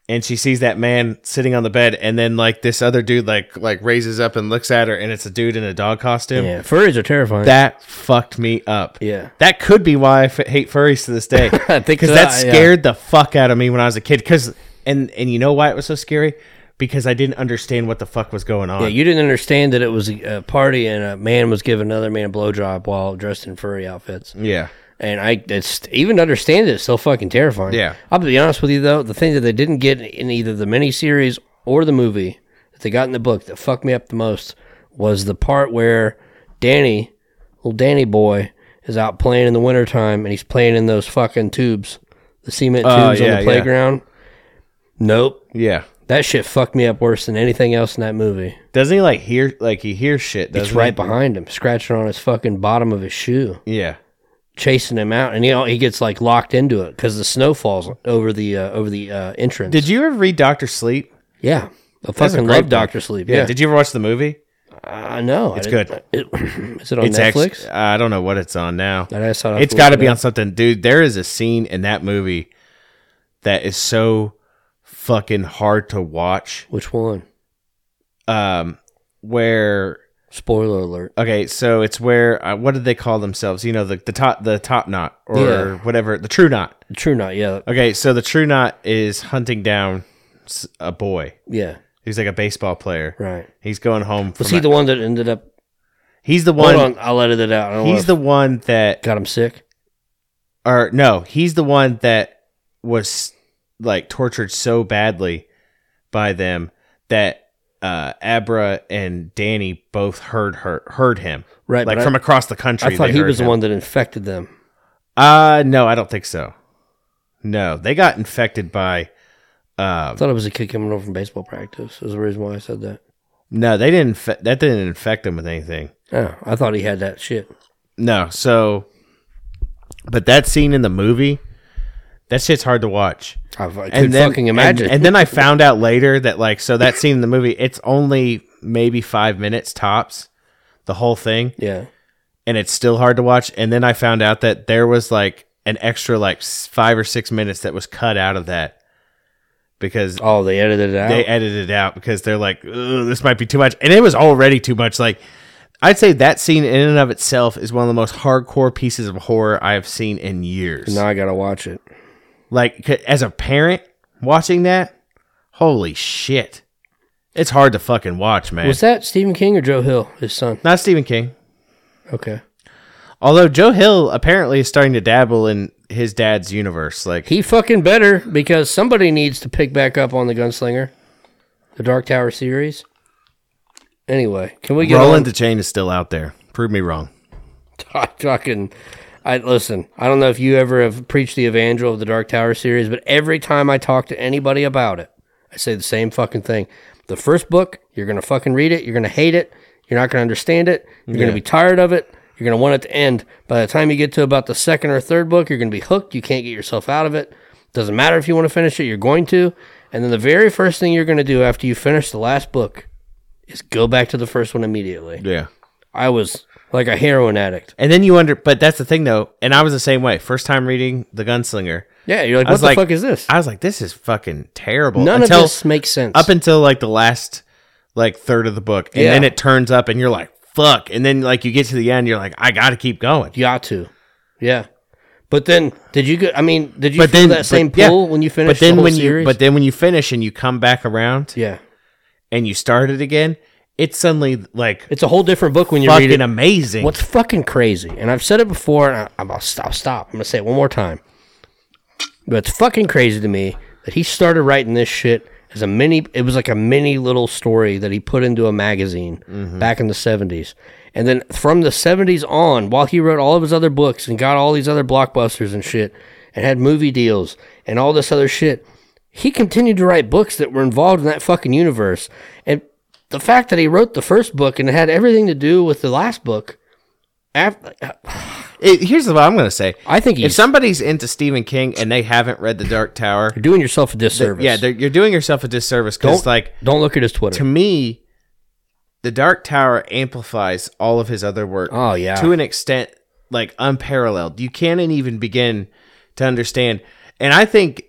Speaker 3: and she sees that man sitting on the bed and then like this other dude like like raises up and looks at her and it's a dude in a dog costume.
Speaker 2: Yeah, furries are terrifying.
Speaker 3: That fucked me up.
Speaker 2: Yeah.
Speaker 3: That could be why I f- hate furries to this day.
Speaker 2: I think
Speaker 3: Because
Speaker 2: so,
Speaker 3: that
Speaker 2: yeah.
Speaker 3: scared the fuck out of me when I was a kid. Because and and you know why it was so scary? Because I didn't understand what the fuck was going on.
Speaker 2: yeah, you didn't understand that it was a party and a man was giving another man a blowjob while dressed in furry outfits.
Speaker 3: yeah.
Speaker 2: And I it's, even to understand it, it's still fucking terrifying.
Speaker 3: Yeah.
Speaker 2: I'll be honest with you though, the thing that they didn't get in either the miniseries or the movie that they got in the book that fucked me up the most was the part where Danny, little Danny boy, is out playing in the wintertime and he's playing in those fucking tubes, the cement
Speaker 3: Oh,
Speaker 2: tubes
Speaker 3: yeah,
Speaker 2: on
Speaker 3: yeah.
Speaker 2: the playground. Nope.
Speaker 3: Yeah.
Speaker 2: That shit fucked me up worse than anything else in that movie.
Speaker 3: Doesn't he like hear like he hears shit? Doesn't
Speaker 2: It's right
Speaker 3: he?
Speaker 2: behind him, scratching on his fucking bottom of his shoe,
Speaker 3: Yeah.
Speaker 2: chasing him out, and he he gets like locked into it because the snow falls over the uh, over the uh, entrance.
Speaker 3: Did you ever read Doctor Sleep?
Speaker 2: yeah, I
Speaker 3: That's a
Speaker 2: fucking
Speaker 3: great
Speaker 2: love
Speaker 3: book.
Speaker 2: Doctor Sleep.
Speaker 3: Yeah.
Speaker 2: Yeah,
Speaker 3: Did you ever watch the movie?
Speaker 2: I know
Speaker 3: It's
Speaker 2: I didn't-
Speaker 3: good.
Speaker 2: it- is it on
Speaker 3: it's
Speaker 2: Netflix?
Speaker 3: Actually, I don't know what it's on now.
Speaker 2: I just thought I'd
Speaker 3: It's
Speaker 2: look
Speaker 3: got to
Speaker 2: it
Speaker 3: be
Speaker 2: up.
Speaker 3: on something, dude. There is a scene in that movie that is so fucking hard to watch.
Speaker 2: Which one?
Speaker 3: Um, where
Speaker 2: Spoiler alert.
Speaker 3: okay, so it's where uh, what did they call themselves? You know, the the top the top knot or
Speaker 2: Yeah.
Speaker 3: whatever the true knot.
Speaker 2: True, not yeah,
Speaker 3: Okay, so the true knot is hunting down s- a boy.
Speaker 2: yeah,
Speaker 3: He's like a baseball player.
Speaker 2: right.
Speaker 3: He's going home. From
Speaker 2: Was he
Speaker 3: a-
Speaker 2: the one that ended up?
Speaker 3: He's the
Speaker 2: Hold
Speaker 3: one.
Speaker 2: on, I let it out. I don't
Speaker 3: He's the one that,
Speaker 2: got him sick.
Speaker 3: or no, he's the one that was like tortured so badly by them that uh Abra and Danny both heard her heard him
Speaker 2: Right,
Speaker 3: like
Speaker 2: but I-
Speaker 3: from across the country.
Speaker 2: I thought
Speaker 3: they
Speaker 2: he
Speaker 3: heard
Speaker 2: was the
Speaker 3: him.
Speaker 2: one that infected them.
Speaker 3: Uh no, I don't think so. No, they got infected by.
Speaker 2: I
Speaker 3: Um,
Speaker 2: thought it was a kid coming over from baseball practice. Is the reason why I said that.
Speaker 3: no, they didn't. Infe- that didn't infect them with anything.
Speaker 2: Oh, I thought he had that shit.
Speaker 3: No, so, but that scene in the movie, that shit's hard to watch.
Speaker 2: I, I could fucking imagine.
Speaker 3: And, and then I found out later that like so that scene in the movie, it's only maybe five minutes tops, the whole thing,
Speaker 2: yeah,
Speaker 3: and it's still hard to watch. And then I found out that there was like an extra like s- five or six minutes that was cut out of that because
Speaker 2: oh, they edited it out.
Speaker 3: they edited it out because they're like, "Ugh, this might be too much, and it was already too much. Like I'd say that scene in and of itself is one of the most hardcore pieces of horror I have seen in years.
Speaker 2: Now I gotta watch it.
Speaker 3: Like c- as a parent watching that, holy shit. It's hard to fucking watch, man.
Speaker 2: Was that Stephen King or Joe Hill, his son?
Speaker 3: Not Stephen King.
Speaker 2: Okay.
Speaker 3: Although Joe Hill apparently is starting to dabble in his dad's universe. Like
Speaker 2: He fucking better because somebody needs to pick back up on the Gunslinger, the Dark Tower series. Anyway, can we get on?
Speaker 3: Roland the Chain is still out there. Prove me wrong.
Speaker 2: I fucking, I listen. I don't know if you ever have preached the evangel of the Dark Tower series, but every time I talk to anybody about it, I say the same fucking thing. The first book, you're gonna fucking read it. You're gonna hate it. You're not gonna understand it. You're gonna be tired of it. You're gonna want it to end. By the time you get to about the second or third book, you're gonna be hooked. You can't get yourself out of it. Doesn't matter if you want to finish it. You're going to. And then the very first thing you're gonna do after you finish the last book is go back to the first one immediately.
Speaker 3: Yeah.
Speaker 2: I was like a heroin addict.
Speaker 3: And then you under but that's the thing though, and I was the same way. First time reading The Gunslinger.
Speaker 2: Yeah, you're like,
Speaker 3: I
Speaker 2: what
Speaker 3: was
Speaker 2: the
Speaker 3: like-
Speaker 2: fuck is this?
Speaker 3: I was like, this is fucking terrible.
Speaker 2: None
Speaker 3: Until-
Speaker 2: of this makes sense.
Speaker 3: up until like the last like third of the book. And
Speaker 2: Yeah.
Speaker 3: then it turns up and you're like, fuck. And then like you get to the end, you're like, I gotta keep going.
Speaker 2: Yatu. Yeah. But then, did you go? I mean, did you
Speaker 3: But
Speaker 2: feel
Speaker 3: then-
Speaker 2: that same
Speaker 3: but- yeah.
Speaker 2: pull when you finished
Speaker 3: But then
Speaker 2: the whole
Speaker 3: when
Speaker 2: series?
Speaker 3: you but then when you finish and you come back around
Speaker 2: yeah.
Speaker 3: and you start it again, it's suddenly like
Speaker 2: It's a whole different book when you read
Speaker 3: fucking
Speaker 2: it.
Speaker 3: amazing.
Speaker 2: What's fucking crazy, and I've said it before, and I, I'll stop. Stop. I'm gonna say it one more time. But it's fucking crazy to me that he started writing this shit as a mini. It was like a mini little story that he put into a magazine back in the '70s, and then from the '70s on, while he wrote all of his other books and got all these other blockbusters and shit, and had movie deals and all this other shit, he continued to write books that were involved in that fucking universe. And the fact that he wrote the first book and it had everything to do with the last book, after,
Speaker 3: It- here's what I'm gonna say.
Speaker 2: I think
Speaker 3: if
Speaker 2: he's
Speaker 3: somebody's into Stephen King and they haven't read The Dark Tower,
Speaker 2: you're doing yourself a disservice.
Speaker 3: yeah, they're- you're doing yourself a disservice
Speaker 2: don't
Speaker 3: because like
Speaker 2: don't look at his
Speaker 3: to
Speaker 2: Twitter.
Speaker 3: me, The Dark Tower amplifies all of his other work
Speaker 2: Oh yeah,
Speaker 3: to an extent like unparalleled. You can't even begin to understand. And I think,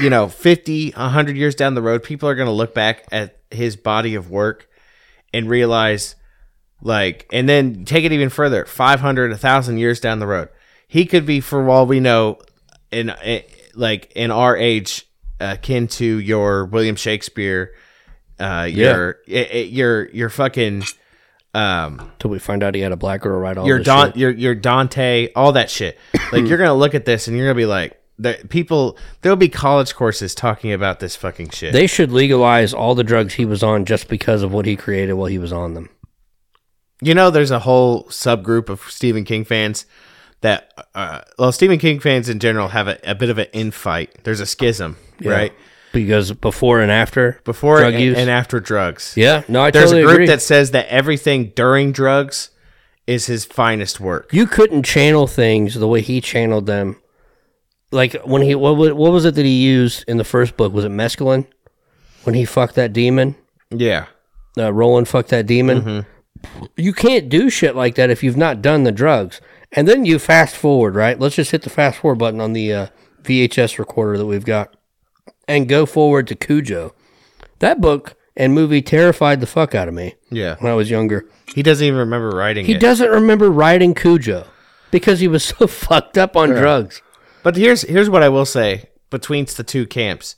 Speaker 3: you know, 50, 100 years down the road, people are going to look back at his body of work and realize, like, and then take it even further 500, 1,000 years down the road. He could be, for all we know, in eh, like in our age, akin to your William Shakespeare, uh, your eh, eh, your your fucking um,
Speaker 2: till we find out he had a black girl write all
Speaker 3: your
Speaker 2: this
Speaker 3: Don,
Speaker 2: shit.
Speaker 3: your your Dante, all that shit. Like you're gonna look at this and you're gonna be like, the people. There'll be college courses talking about this fucking shit.
Speaker 2: They should legalize all the drugs he was on just because of what he created while he was on them.
Speaker 3: you know, there's a whole subgroup of Stephen King fans that, uh, well, Stephen King fans in general have a, a bit of an infight. There's a schism, right?
Speaker 2: Because before and after,
Speaker 3: Before
Speaker 2: drug
Speaker 3: and,
Speaker 2: use,
Speaker 3: and after drugs.
Speaker 2: yeah, no, I
Speaker 3: There's
Speaker 2: totally
Speaker 3: a group
Speaker 2: agree.
Speaker 3: that says that everything during drugs is his finest work.
Speaker 2: you couldn't channel things the way he channeled them. Like when he what wa- what was it that he used in the first book? Was it mescaline? When he fucked that demon,
Speaker 3: yeah.
Speaker 2: uh, Roland fucked that demon.
Speaker 3: Mm-hmm.
Speaker 2: You can't do shit like that if you've not done the drugs. And then you fast forward, right? Let's just hit the fast forward button on the uh, VHS recorder that we've got, and go forward to Cujo. That book and movie terrified the fuck out of me
Speaker 3: Yeah.
Speaker 2: when I was younger.
Speaker 3: He doesn't even remember writing
Speaker 2: He
Speaker 3: it.
Speaker 2: doesn't remember writing Cujo because he was so fucked up on drugs.
Speaker 3: But here's here's what I will say between the two camps.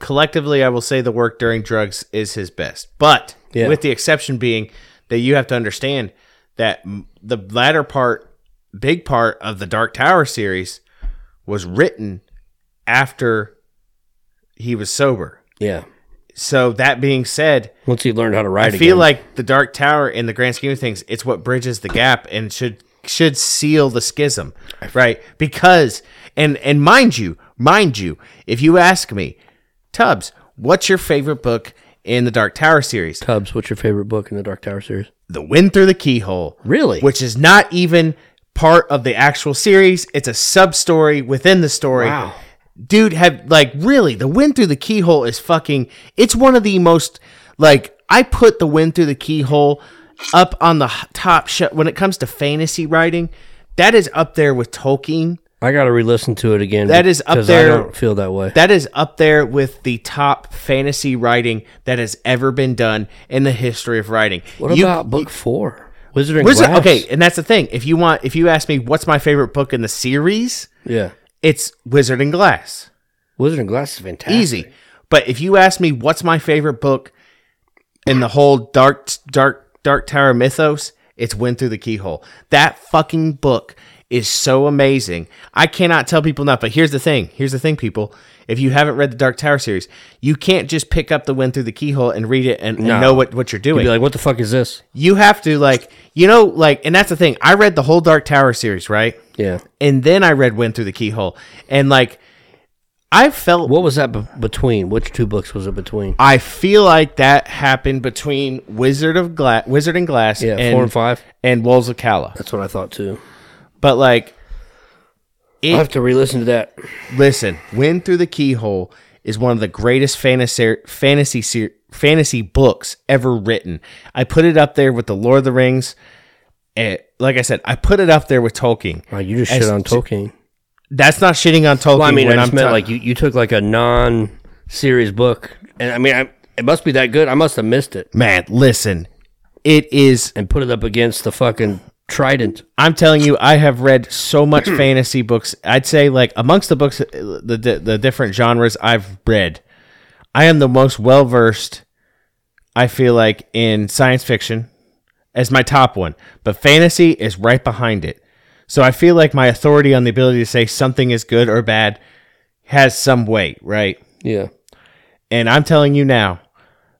Speaker 3: Collectively, I will say the work during drugs is his best, but
Speaker 2: Yeah.
Speaker 3: with the exception being that you have to understand that m- the latter part, big part of the Dark Tower series, was written after he was sober.
Speaker 2: Yeah.
Speaker 3: So that being said,
Speaker 2: Once he learned how to
Speaker 3: I
Speaker 2: write,
Speaker 3: feel
Speaker 2: again.
Speaker 3: like the Dark Tower, in the grand scheme of things, it's what bridges the gap and should should seal the schism, right? Because and and mind you, mind you, if you ask me, Tubbs, what's your favorite book in the Dark Tower series?
Speaker 2: Tubbs, what's your favorite book in the Dark Tower series?
Speaker 3: The Wind Through the Keyhole,
Speaker 2: Really?
Speaker 3: which is not even part of the actual series. It's a sub story within the story
Speaker 2: Wow.
Speaker 3: dude have like really the wind through the keyhole is fucking it's one of the most like i put the wind through the keyhole up on the h- top shelf when it comes to fantasy writing that is up there with tolkien
Speaker 2: I got to re-listen to it again.
Speaker 3: That is up
Speaker 2: because
Speaker 3: there-
Speaker 2: I don't feel that way.
Speaker 3: that is up there with the top fantasy writing that has ever been done in the history of writing
Speaker 2: what
Speaker 3: You-
Speaker 2: about book four? Wizarding
Speaker 3: Wizard-
Speaker 2: Glass.
Speaker 3: okay, and that's the thing. If you want, if you ask me what's my favorite book in the series,
Speaker 2: Yeah.
Speaker 3: it's Wizard and Glass.
Speaker 2: Wizarding Glass is fantastic.
Speaker 3: Easy. But if you ask me what's my favorite book in the whole dark, dark, dark tower mythos, it's Wind Through the Keyhole. That fucking book is so amazing. I cannot tell people enough. But here's the thing. Here's the thing, people. If you haven't read the Dark Tower series, you can't just pick up the Wind Through the Keyhole and read it and, and
Speaker 2: No.
Speaker 3: know what, what you're
Speaker 2: You'd
Speaker 3: doing
Speaker 2: be like, what the fuck is this?
Speaker 3: you have to like you know like and that's the thing i read the whole dark tower series right
Speaker 2: Yeah.
Speaker 3: and then i read wind through the keyhole and like i felt
Speaker 2: What was that be- between? Which two books was it between?
Speaker 3: i feel like that happened between wizard of glass wizard and glass
Speaker 2: Yeah,
Speaker 3: and,
Speaker 2: four and five.
Speaker 3: and wolves of Kala.
Speaker 2: That's what I thought too.
Speaker 3: but like
Speaker 2: I have to re-listen to that.
Speaker 3: listen wind through the keyhole is one of the greatest fantasy fantasy ser- fantasy books ever written i put it up there with the lord of the rings and like i said i put it up there with tolkien
Speaker 2: Wow, Oh, you just shit
Speaker 3: As-
Speaker 2: on Tolkien.
Speaker 3: That's not shitting on Tolkien.
Speaker 2: Well, I mean, I
Speaker 3: when
Speaker 2: just
Speaker 3: I'm
Speaker 2: meant
Speaker 3: ta-
Speaker 2: like you, you took like a non-series book, and I mean, I, it must be that good. I must have missed it
Speaker 3: man, listen, it is.
Speaker 2: and put it up against the fucking Trident.
Speaker 3: I'm telling you, I have read so much fantasy books. I'd say like amongst the books, uh, the the, the different genres I've read, I am the most well versed. I feel like in science fiction as my top one, but fantasy is right behind it. So I feel like my authority on the ability to say something is good or bad has some weight, right?
Speaker 2: Yeah,
Speaker 3: And I'm telling you now,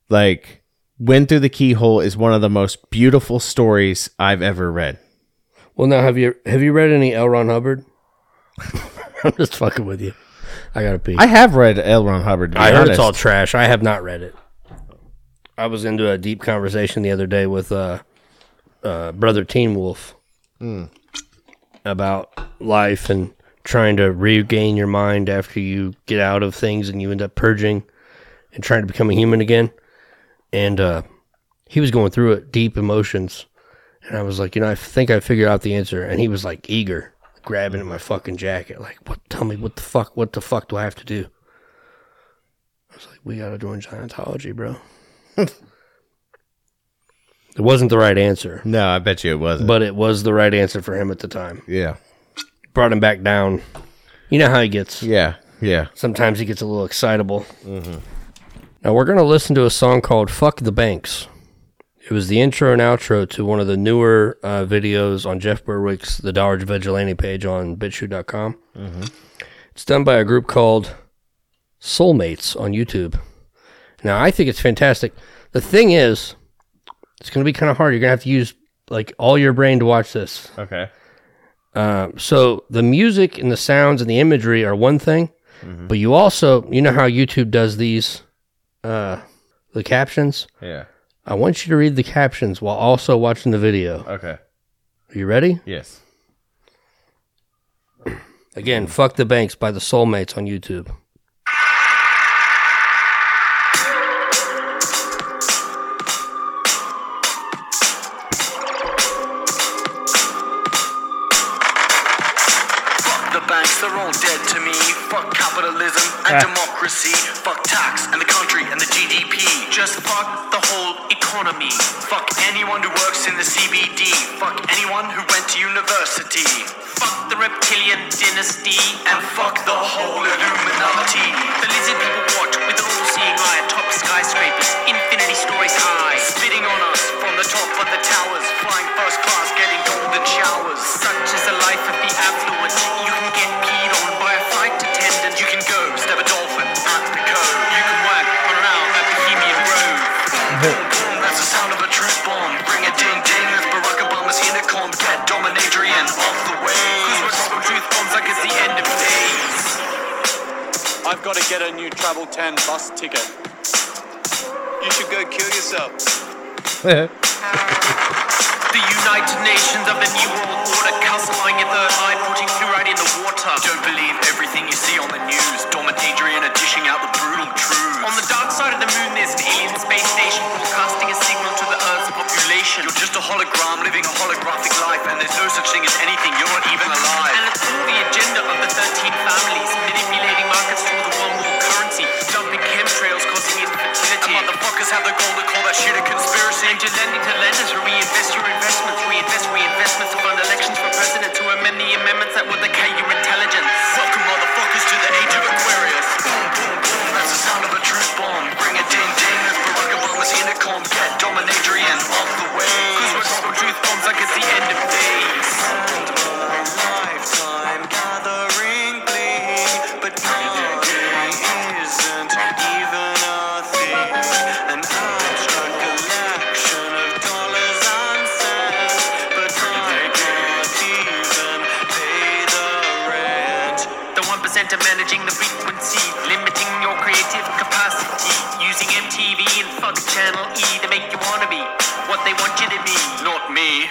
Speaker 3: like, Wind Through the Keyhole is one of the most beautiful stories I've ever read.
Speaker 2: Well, now have you have you read any L. Ron Hubbard? I'm just fucking with you. I gotta pee.
Speaker 3: I have read L. Ron Hubbard. To be
Speaker 2: I heard it's all
Speaker 3: honest.
Speaker 2: trash. I have not read it. I was into a deep conversation the other day with uh, uh, brother Teen Wolf
Speaker 3: Hmm.
Speaker 2: about life and trying to regain your mind after you get out of things and you end up purging and trying to become a human again. And uh, he was going through it, deep emotions. And I was like, you know, I think I figured out the answer. And he was like eager, grabbing at my fucking jacket, like, what? Tell me what the fuck? What the fuck do I have to do? Like, we gotta join Scientology, bro. it wasn't the right answer,
Speaker 3: No, I bet you it wasn't.
Speaker 2: but it was the right answer for him at the time.
Speaker 3: yeah.
Speaker 2: Brought him back down. You know how he gets.
Speaker 3: Yeah. Yeah.
Speaker 2: Sometimes he gets a little excitable. Now we're gonna listen to a song called "Fuck the Banks." It was the intro and outro to one of the newer uh, videos on Jeff Berwick's The Dollar Vigilante page on BitChute.com. It's done by a group called Soulmates on YouTube. Now, I think it's fantastic. The thing is, it's going to be kind of hard. You're going to have to use like all your brain to watch this.
Speaker 3: Okay.
Speaker 2: Uh, so the music and the sounds and the imagery are one thing, but you also, you know how YouTube does these, uh, the captions.
Speaker 3: Yeah.
Speaker 2: I want you to read the captions while also watching the video.
Speaker 3: Okay.
Speaker 2: Are you ready?
Speaker 3: Yes.
Speaker 2: Again, Fuck the Banks by the Soulmates on YouTube.
Speaker 5: Fuck the banks, they're all dead to me. Fuck capitalism and democracy. Fuck tax and the country and the GDP. Just fuck the whole economy. Fuck anyone who works in the CBD. Fuck anyone who went to university. Fuck the reptilian dynasty and fuck the whole Illuminati. The lizard people watch with their all-seeing eye atop skyscrapers, infinity stories high, spitting on us from the top of the towers, flying first class, getting golden showers. Such is the life of the affluent. You can get peed on by a flight attendant. You can go stab a dolphin at the cove. You can whack around at Bohemian Grove. Boom, boom, boom, that's the sound of a truth bomb. Bring a ding ding, that's Barack Obama's intercom. Get dominatrix off the way. Cause we're dropping truth bombs like it's the end of days.
Speaker 6: I've got to get a new Travel 10 bus ticket. You should go kill yourself.
Speaker 5: The United Nations of the New World Order calcifying your third eye, putting fluoride in the water. Don't believe everything you see on the news. Dormant Adrian are dishing out the brutal truth. On the dark side of the moon, there's an alien space station broadcasting a signal to the Earth's population. You're just a hologram living a holographic life, and there's no such thing as anything. You're not even alive. And it's all the agenda of the 13 families manipulating markets toward the one world currency, dumping chemtrails causing infertility. And motherfuckers have the goal to call that shit a conspiracy. And you're lending to lenders who reinvest your investments, reinvest 1% of managing the frequency, limiting your creative capacity, using MTV and fuck Channel E to make you wanna be what they want you to be.
Speaker 6: Not me.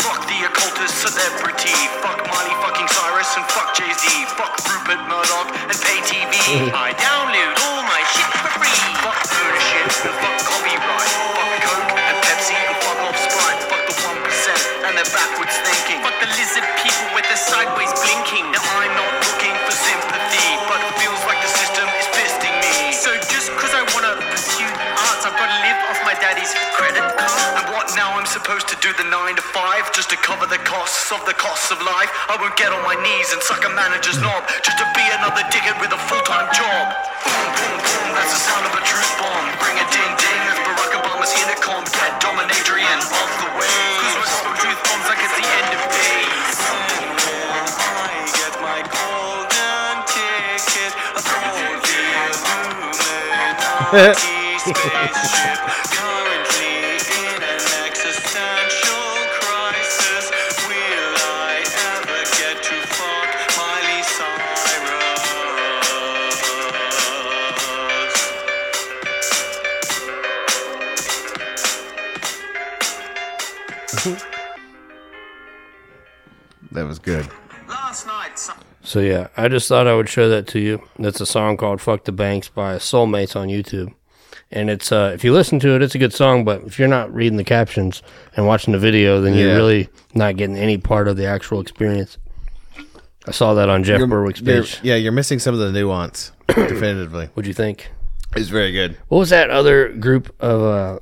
Speaker 5: Fuck the occultist celebrity. Fuck Molly fucking Cyrus and fuck Jay Z. Fuck Rupert Murdoch and pay TV. I download all my shit for free. Fuck ownership and fuck copyright. Fuck Coke and Pepsi and fuck off Sprite. Fuck the 1% and their backwards thinking. Fuck the lizard people with their sideways blinking. Now I'm not looking for sympathy, but it feels like the system is fisting me. So just cause I wanna pursue the arts, I've gotta live off my daddy's credit card. And what now? I'm supposed to do the nine to five just to cover the costs of the costs of life. I won't get on my knees and suck a manager's knob just to be another dickhead with a full time job. Boom, boom, boom, that's the sound of a truth bomb. Bring a ding ding, that's Barack Obama's intercom. Get Dominatrian off the way. Cause we're so truth bombs like it's the end of days.
Speaker 6: I get my golden ticket for the Illuminati spaceship. Currently in an existential crisis. Will I ever get to fuck Miley Cyrus?
Speaker 3: That was good.
Speaker 5: Last night, some-
Speaker 2: So yeah, I just thought I would show that to you. That's a song called "Fuck the Banks" by Soulmates on YouTube, and it's uh, if you listen to it, it's a good song. But if you're not reading the captions and watching the video, then
Speaker 3: Yeah.
Speaker 2: you're really not getting any part of the actual experience. I saw that on Jeff Berwick's
Speaker 3: You're-
Speaker 2: page.
Speaker 3: yeah, you're missing some of the nuance, definitively.
Speaker 2: What'd you think?
Speaker 3: It's very good.
Speaker 2: What was that other group of uh,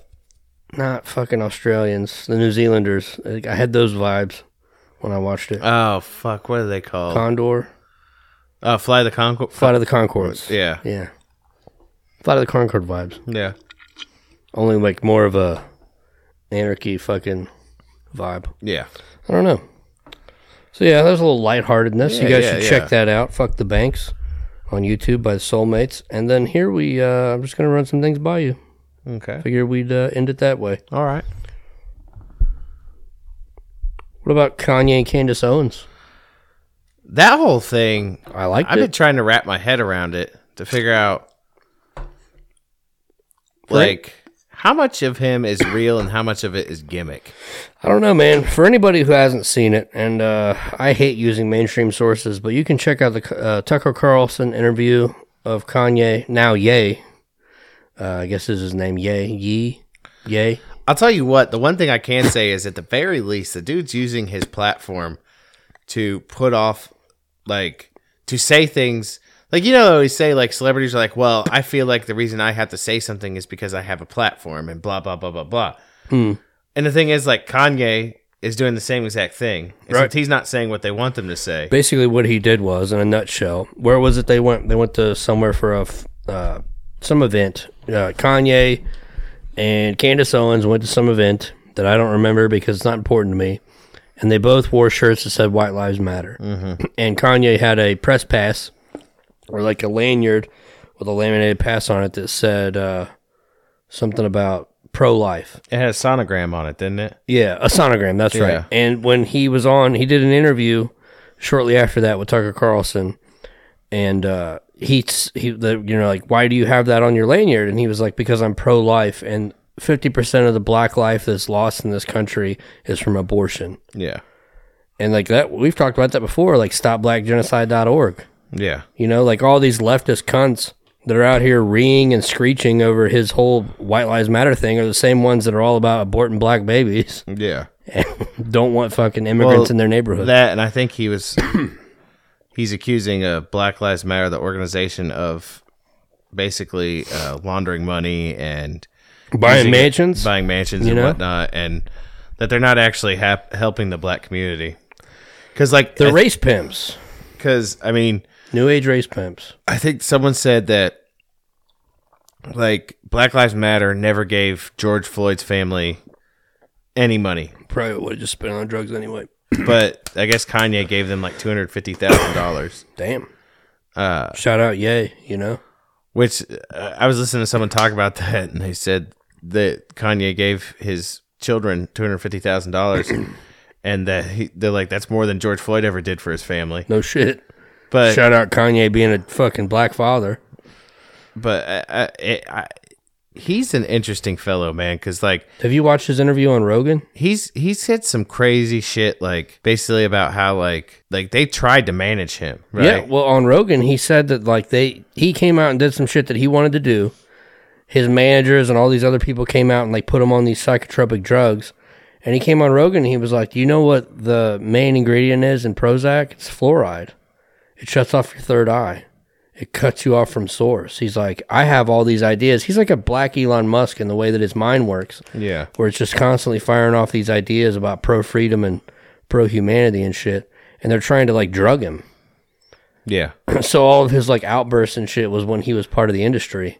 Speaker 2: not fucking Australians, the New Zealanders? I I had those vibes when I watched it.
Speaker 3: Oh fuck, what are they called?
Speaker 2: Condor,
Speaker 3: oh, fly the Concord.
Speaker 2: Flight of the Concords.
Speaker 3: yeah,
Speaker 2: yeah, Flight of the Concord vibes.
Speaker 3: yeah.
Speaker 2: only like more of a anarchy fucking vibe.
Speaker 3: Yeah.
Speaker 2: I don't know. So yeah, there's a little lightheartedness. you
Speaker 3: Yeah,
Speaker 2: guys
Speaker 3: yeah,
Speaker 2: should
Speaker 3: yeah.
Speaker 2: check that out. Fuck the banks on YouTube by the Soulmates, and then here we. Uh, I'm just gonna run some things by you.
Speaker 3: Okay.
Speaker 2: Figure we'd uh, end it that way.
Speaker 3: All right.
Speaker 2: What about Kanye and Candace Owens?
Speaker 3: That whole thing,
Speaker 2: I liked
Speaker 3: I've been
Speaker 2: it.
Speaker 3: trying to wrap my head around it to figure out, like, how much of him is real and how much of it is gimmick.
Speaker 2: I don't know, man. For anybody who hasn't seen it, and uh, I hate using mainstream sources, but you can check out the uh, Tucker Carlson interview of Kanye now. Yay, uh, I guess is his name. Yay, Yee, Yay.
Speaker 3: I'll tell you what, the one thing I can say is at the very least, the dude's using his platform to put off, like, to say things. Like, you know, they always say, like, celebrities are like, well, I feel like the reason I have to say something is because I have a platform and blah, blah, blah, blah, blah. And the thing is, like, Kanye is doing the same exact thing, except
Speaker 2: Right.
Speaker 3: he's not saying what they want them to say.
Speaker 2: Basically, what he did was, in a nutshell, where was it they went? They went to somewhere for a f- uh, some event. Uh, Kanye and Candace Owens went to some event that I don't remember because it's not important to me. And they both wore shirts that said "White Lives Matter." Mm-hmm. And Kanye had a press pass, or like a lanyard with a laminated pass on it that said uh, something about pro-life.
Speaker 3: It had a sonogram on it, didn't it?
Speaker 2: Yeah, a sonogram. That's
Speaker 3: Yeah.
Speaker 2: right. And when he was on, he did an interview shortly after that with Tucker Carlson, and uh, he he the you know like why do you have that on your lanyard? And he was like because I'm pro life, and fifty percent of the black life that's lost in this country is from abortion.
Speaker 3: Yeah.
Speaker 2: And like that, we've talked about that before. Like stopblackgenocide.org.
Speaker 3: Yeah.
Speaker 2: You know, like all these leftist cunts that are out here reeing and screeching over his whole White Lives Matter thing are the same ones that are all about aborting black babies
Speaker 3: Yeah.
Speaker 2: don't want fucking immigrants
Speaker 3: Well,
Speaker 2: in their neighborhood.
Speaker 3: That, and I think he was, he's accusing uh, Black Lives Matter, the organization, of basically uh, laundering money and
Speaker 2: Buying
Speaker 3: using-
Speaker 2: mansions.
Speaker 3: buying mansions
Speaker 2: You
Speaker 3: and
Speaker 2: know?
Speaker 3: whatnot, and that they're not actually hap helping the black community. Because, like,
Speaker 2: They're race pimps.
Speaker 3: because I mean,
Speaker 2: New age race pimps.
Speaker 3: I think someone said that, like, Black Lives Matter never gave George Floyd's family any money,
Speaker 2: Probably would have just spent on drugs anyway.
Speaker 3: but I guess Kanye gave them like two hundred fifty thousand dollars.
Speaker 2: Damn. Uh, Shout out, yay, you know?
Speaker 3: Which uh, I was listening to someone talk about that, and they said that Kanye gave his children two hundred fifty thousand dollars, and that he, they're like that's more than George Floyd ever did for his family.
Speaker 2: No shit.
Speaker 3: But
Speaker 2: Shout out Kanye being a fucking black father.
Speaker 3: but I, I, it, I, he's an interesting fellow, man, because like
Speaker 2: Have you watched his interview on Rogan?
Speaker 3: he's he's said some crazy shit, like basically about how like like they tried to manage him, right?
Speaker 2: Yeah, well, on Rogan, he said that like they he came out and did some shit that he wanted to do. His managers and all these other people came out and like put him on these psychotropic drugs. And he came on Rogan and he was like, "Do you know what the main ingredient is in Prozac? It's fluoride. It shuts off your third eye. It cuts you off from source." He's like, "I have all these ideas." He's like a black Elon Musk in the way that his mind works,
Speaker 3: yeah,
Speaker 2: where it's just constantly firing off these ideas about pro freedom and pro humanity and shit. And they're trying to like drug him
Speaker 3: yeah.
Speaker 2: so all of his like outbursts and shit was when he was part of the industry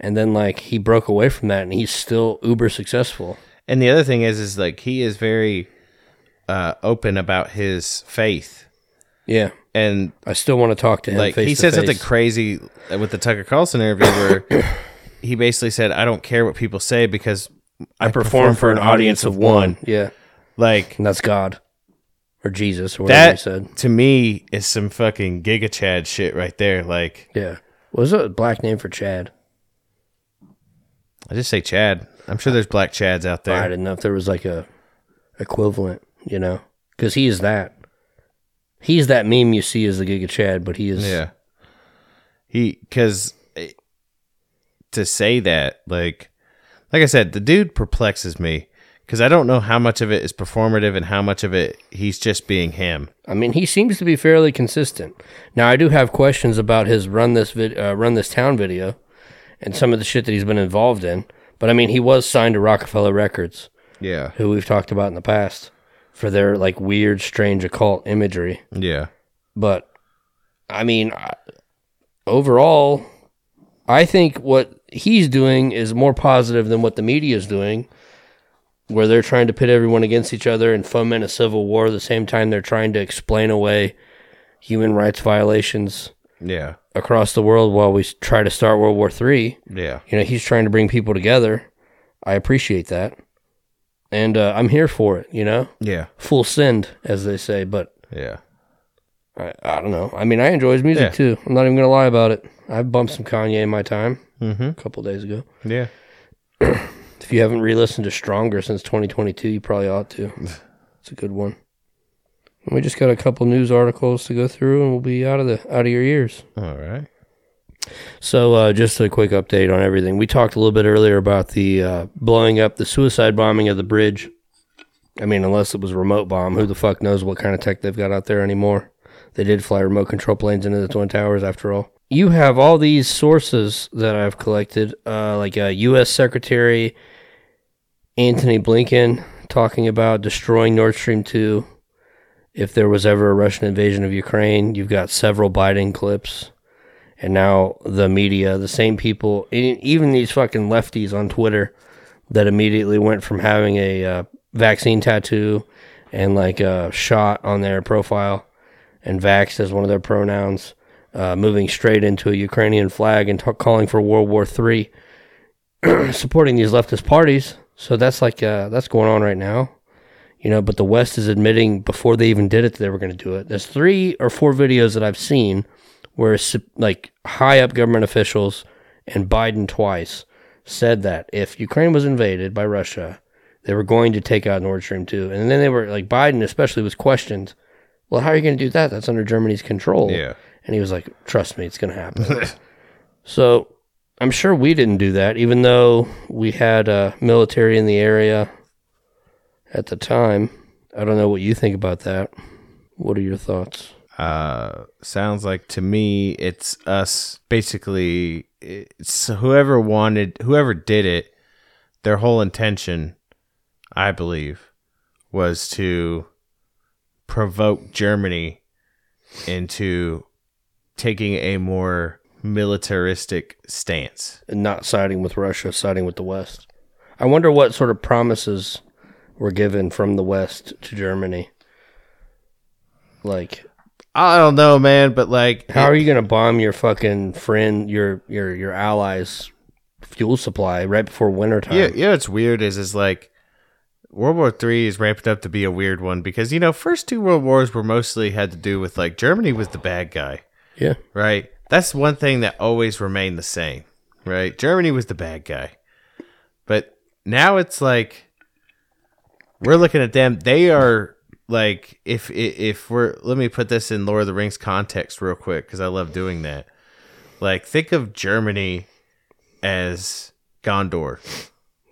Speaker 2: and then like he broke away from that and he's still uber successful
Speaker 3: And the other thing is, is like he is very uh, open about his faith,
Speaker 2: yeah
Speaker 3: and
Speaker 2: i still want to talk to him
Speaker 3: like
Speaker 2: face
Speaker 3: he
Speaker 2: to
Speaker 3: said
Speaker 2: face.
Speaker 3: something crazy with the Tucker Carlson interview where he basically said, "I don't care what people say because I, perform, for an audience of one."
Speaker 2: yeah
Speaker 3: Like
Speaker 2: and that's god or jesus or whatever
Speaker 3: that
Speaker 2: he said
Speaker 3: to me is some fucking Giga Chad shit right there. Like
Speaker 2: yeah was that a black name for chad
Speaker 3: I just say Chad. I'm sure there's black Chads out
Speaker 2: i
Speaker 3: there.
Speaker 2: didn't know if there was like a equivalent you know because he is that he's that meme you see as the giga chad but he is
Speaker 3: Yeah, he because to say that like like I said, the dude perplexes me because I don't know how much of it is performative and how much of it he's just being him.
Speaker 2: I mean, he seems to be fairly consistent. Now, I do have questions about his run this vid- uh, run this town video and some of the shit that he's been involved in. But I mean, he was signed to Rockefeller Records,
Speaker 3: Yeah,
Speaker 2: who we've talked about in the past for their like weird, strange, occult imagery.
Speaker 3: yeah.
Speaker 2: But I mean, I, overall, I think what he's doing is more positive than what the media is doing, where they're trying to pit everyone against each other and foment a civil war at the same time they're trying to explain away human rights violations
Speaker 3: Yeah.
Speaker 2: across the world while we s- try to start World War III.
Speaker 3: Yeah.
Speaker 2: You know, he's trying to bring people together. I appreciate that. And uh, I'm here for it, you know?
Speaker 3: Yeah.
Speaker 2: Full send, as they say, but
Speaker 3: Yeah.
Speaker 2: I, I don't know. I mean, I enjoy his music
Speaker 3: Yeah.
Speaker 2: too. I'm not even gonna lie about it. I've bumped some Kanye in my time
Speaker 3: Mm-hmm.
Speaker 2: a couple days ago.
Speaker 3: Yeah.
Speaker 2: If you haven't re-listened to Stronger since 2022, you probably ought to. It's a good one. And we just got a couple news articles to go through, and we'll be out of the out of your ears.
Speaker 3: All right.
Speaker 2: So, uh, just a quick update on everything. We talked a little bit earlier about the uh, blowing up the suicide bombing of the bridge. I mean, unless it was a remote bomb, who the fuck knows what kind of tech they've got out there anymore? They did fly remote control planes into the Twin Towers, after all. You have all these sources that I've collected, uh, like uh, U.S. Secretary Antony Blinken talking about destroying Nord Stream 2 if there was ever a Russian invasion of Ukraine. You've got several Biden clips and now the media, the same people, e- even these fucking lefties on Twitter that immediately went from having a uh, vaccine tattoo and like a shot on their profile and vaxxed as one of their pronouns, uh, moving straight into a Ukrainian flag and t- calling for World War III, supporting these leftist parties. So that's like, uh, that's going on right now. You know, but the West is admitting before they even did it that they were going to do it. There's three or four videos that I've seen where sup- like high up government officials and Biden twice said that if Ukraine was invaded by Russia, they were going to take out Nord Stream 2. And then they were like, Biden especially was questioned, well, how are you going to do that? That's under Germany's control.
Speaker 3: Yeah.
Speaker 2: And he was like, trust me, it's going to happen. so I'm sure we didn't do that, even though we had uh, military in the area at the time. I don't know what you think about that. What are your thoughts?
Speaker 3: Uh, sounds like to me it's us basically it's whoever wanted whoever did it their whole intention i believe was to provoke germany into taking a more militaristic stance
Speaker 2: and not siding with Russia, siding with the West. I wonder what sort of promises were given from the West to Germany. Like,
Speaker 3: i don't know man but like
Speaker 2: how are you going to bomb your fucking friend, your your your allies' fuel supply right before wintertime?
Speaker 3: Yeah, yeah. It's weird. Is is like World War Three is ramped up to be a weird one because you know first two world wars were mostly had to do with like Germany was the bad guy,
Speaker 2: Yeah.
Speaker 3: right? That's one thing that always remained the same, right? Germany was the bad guy, but now it's like we're looking at them. They are like if i- if we're let me put this in Lord of the Rings context real quick because I love doing that. Like think of Germany as Gondor,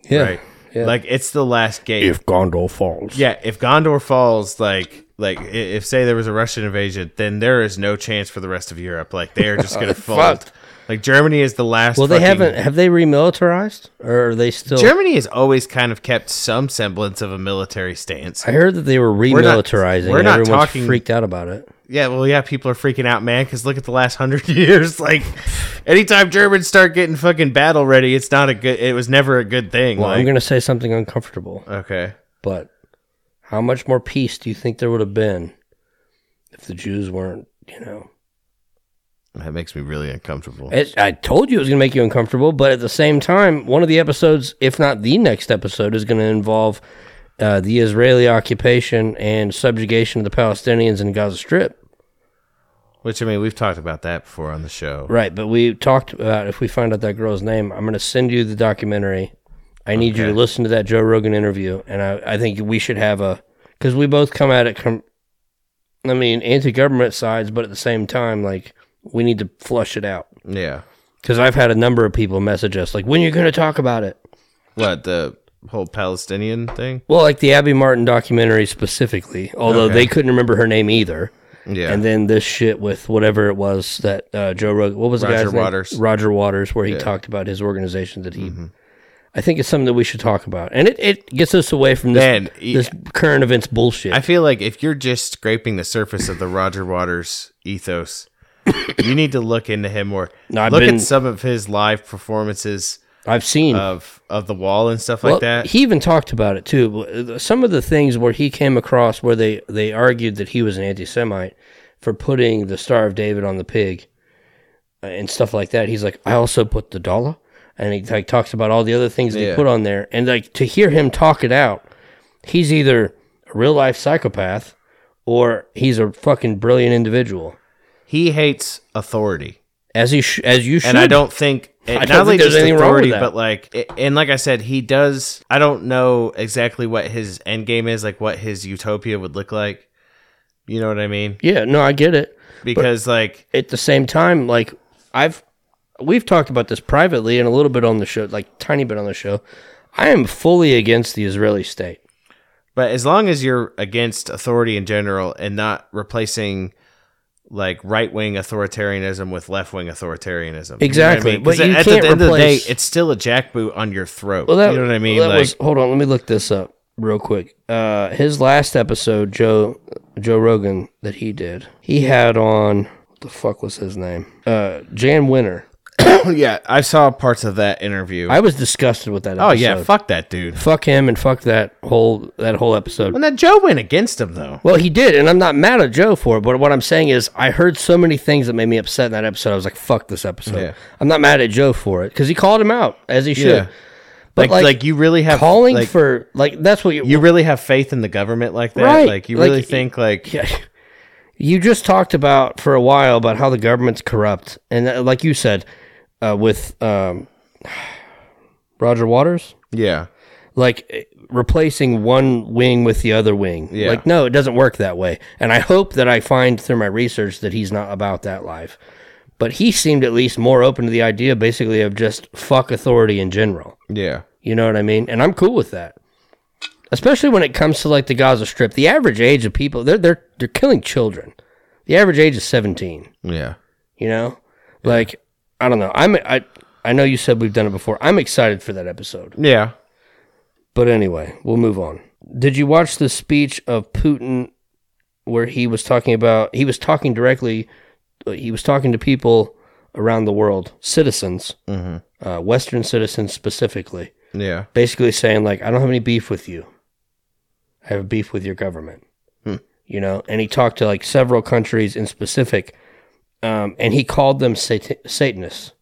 Speaker 2: Yeah.
Speaker 3: right? Like it's the last gate.
Speaker 2: Gondor falls.
Speaker 3: Yeah, if Gondor falls, like like i- if say there was a Russian invasion, then there is no chance for the rest of Europe. Like they are just gonna fold.
Speaker 2: Fucked.
Speaker 3: Like Germany is the last.
Speaker 2: Well, they
Speaker 3: fucking-
Speaker 2: haven't. Have they remilitarized, or are they still?
Speaker 3: Germany has always kind of kept some semblance of a military stance.
Speaker 2: I heard that they were
Speaker 3: not-
Speaker 2: remilitarizing.
Speaker 3: we're
Speaker 2: and
Speaker 3: not
Speaker 2: Everyone's
Speaker 3: talking-
Speaker 2: freaked out about it.
Speaker 3: Yeah, well, yeah, people are freaking out, man, because look at the last hundred years. Like, anytime Germans start getting fucking battle ready, it's not a good. It was never a good thing.
Speaker 2: Well,
Speaker 3: like,
Speaker 2: I'm going to say something uncomfortable,
Speaker 3: okay.
Speaker 2: but how much more peace do you think there would have been if the Jews weren't? You know,
Speaker 3: That makes me really uncomfortable.
Speaker 2: it, I told you it was going to make you uncomfortable, but at the same time, one of the episodes, if not the next episode, is going to involve uh, the Israeli occupation and subjugation of the Palestinians in Gaza Strip.
Speaker 3: Which I mean, we've talked about that before on the show.
Speaker 2: Right, but we talked about if we find out that girl's name, I'm going to send you the documentary. I need you to listen to that Joe Rogan interview, and I, I think we should have a because we both come at it. Com- I mean, anti-government sides, but at the same time, like we need to flush it out
Speaker 3: Yeah.
Speaker 2: because I've had a number of people message us like, "When you going to talk about it?"
Speaker 3: What the whole Palestinian thing?
Speaker 2: Well, like the Abby Martin documentary specifically, although
Speaker 3: Okay.
Speaker 2: they couldn't remember her name either.
Speaker 3: Yeah.
Speaker 2: And then this shit with whatever it was that uh, Joe Rogan, what was the
Speaker 3: Roger
Speaker 2: guy's
Speaker 3: Waters. Mm-hmm.
Speaker 2: name? Roger Waters, where he talked about his organization that he. I think it's something that we should talk about, and it, it gets us away from this
Speaker 3: Man, y-
Speaker 2: this current events bullshit.
Speaker 3: I feel like if you're just scraping the surface of the Roger Waters ethos, you need to look into him more.
Speaker 2: No, I've
Speaker 3: look
Speaker 2: been-
Speaker 3: at some of his live performances
Speaker 2: I've seen
Speaker 3: of of the wall and stuff
Speaker 2: well,
Speaker 3: like that.
Speaker 2: He even talked about it too. uh, Some of the things where he came across where they they argued that he was an anti-Semite for putting the Star of David on the pig uh, and stuff like that. He's like, I also put the dollar, and he like talks about all the other things they
Speaker 3: Yeah.
Speaker 2: put on there. And like to hear him talk it out, he's either a real life psychopath or he's a fucking brilliant individual.
Speaker 3: he hates authority.
Speaker 2: As he sh- as you should.
Speaker 3: and I don't think
Speaker 2: I
Speaker 3: not
Speaker 2: don't
Speaker 3: only
Speaker 2: think there's
Speaker 3: just
Speaker 2: anything wrong with
Speaker 3: authority,
Speaker 2: that.
Speaker 3: but like, i- and like I said, he does. I don't know exactly what his end game is, like what his utopia would look like. You know what I mean?
Speaker 2: Yeah, no, I get it.
Speaker 3: Because like,
Speaker 2: at the same time, like I've we've talked about this privately and a little bit on the show, like tiny bit on the show. I am fully against the Israeli state.
Speaker 3: but as long as you're against authority in general and not replacing like right wing authoritarianism with left wing authoritarianism, you know what I
Speaker 2: Exactly,
Speaker 3: mean? 'Cause
Speaker 2: but you
Speaker 3: at
Speaker 2: can't
Speaker 3: the end of the day,
Speaker 2: replace-
Speaker 3: it's still a jackboot on your throat.
Speaker 2: Well, that,
Speaker 3: you know what I mean?
Speaker 2: well, that
Speaker 3: like,
Speaker 2: was, hold on, let me look this up real quick. Uh, his last episode, Joe Joe Rogan, that he did, he had on what the fuck was his name? Uh, Jan Winter.
Speaker 3: oh, yeah, I saw parts of that interview.
Speaker 2: I was disgusted with that. Episode.
Speaker 3: oh yeah, fuck that dude.
Speaker 2: fuck him and fuck that whole that whole episode.
Speaker 3: And that Joe went against him though.
Speaker 2: Well, he did, and I'm not mad at Joe for it. But what I'm saying is, I heard so many things that made me upset in that episode. I was like, "Fuck this episode."
Speaker 3: Yeah.
Speaker 2: I'm not mad at Joe for it because he called him out as he should.
Speaker 3: Yeah.
Speaker 2: But
Speaker 3: like, like,
Speaker 2: like,
Speaker 3: you really have
Speaker 2: calling
Speaker 3: like,
Speaker 2: for like that's what you
Speaker 3: you really have faith in the government like that.
Speaker 2: Right.
Speaker 3: Like you
Speaker 2: Like,
Speaker 3: really think like
Speaker 2: Yeah. You just talked about for a while about how the government's corrupt, and uh, like you said, uh, with um, Roger Waters,
Speaker 3: yeah
Speaker 2: like eh, replacing one wing with the other wing.
Speaker 3: Yeah.
Speaker 2: Like, no, it doesn't work that way. And I hope that I find through my research that he's not about that life. But he seemed at least more open to the idea, basically, of just fuck authority in general.
Speaker 3: yeah
Speaker 2: You know what I mean? And I'm cool with that. Especially when it comes to like the Gaza Strip, the average age of people they're they're they're killing children. The average age is 17.
Speaker 3: yeah
Speaker 2: You know, like I don't know. I'm I I know you said we've done it before. I'm excited for that episode.
Speaker 3: yeah.
Speaker 2: But anyway, we'll move on. Did you watch the speech of Putin where he was talking about, he was talking directly, uh, he was talking to people around the world, citizens, uh, Western citizens specifically,
Speaker 3: Yeah.
Speaker 2: basically saying, like, I don't have any beef with you. I have beef with your government. You know, and he talked to like several countries in specific, um, and he called them sat- Satanists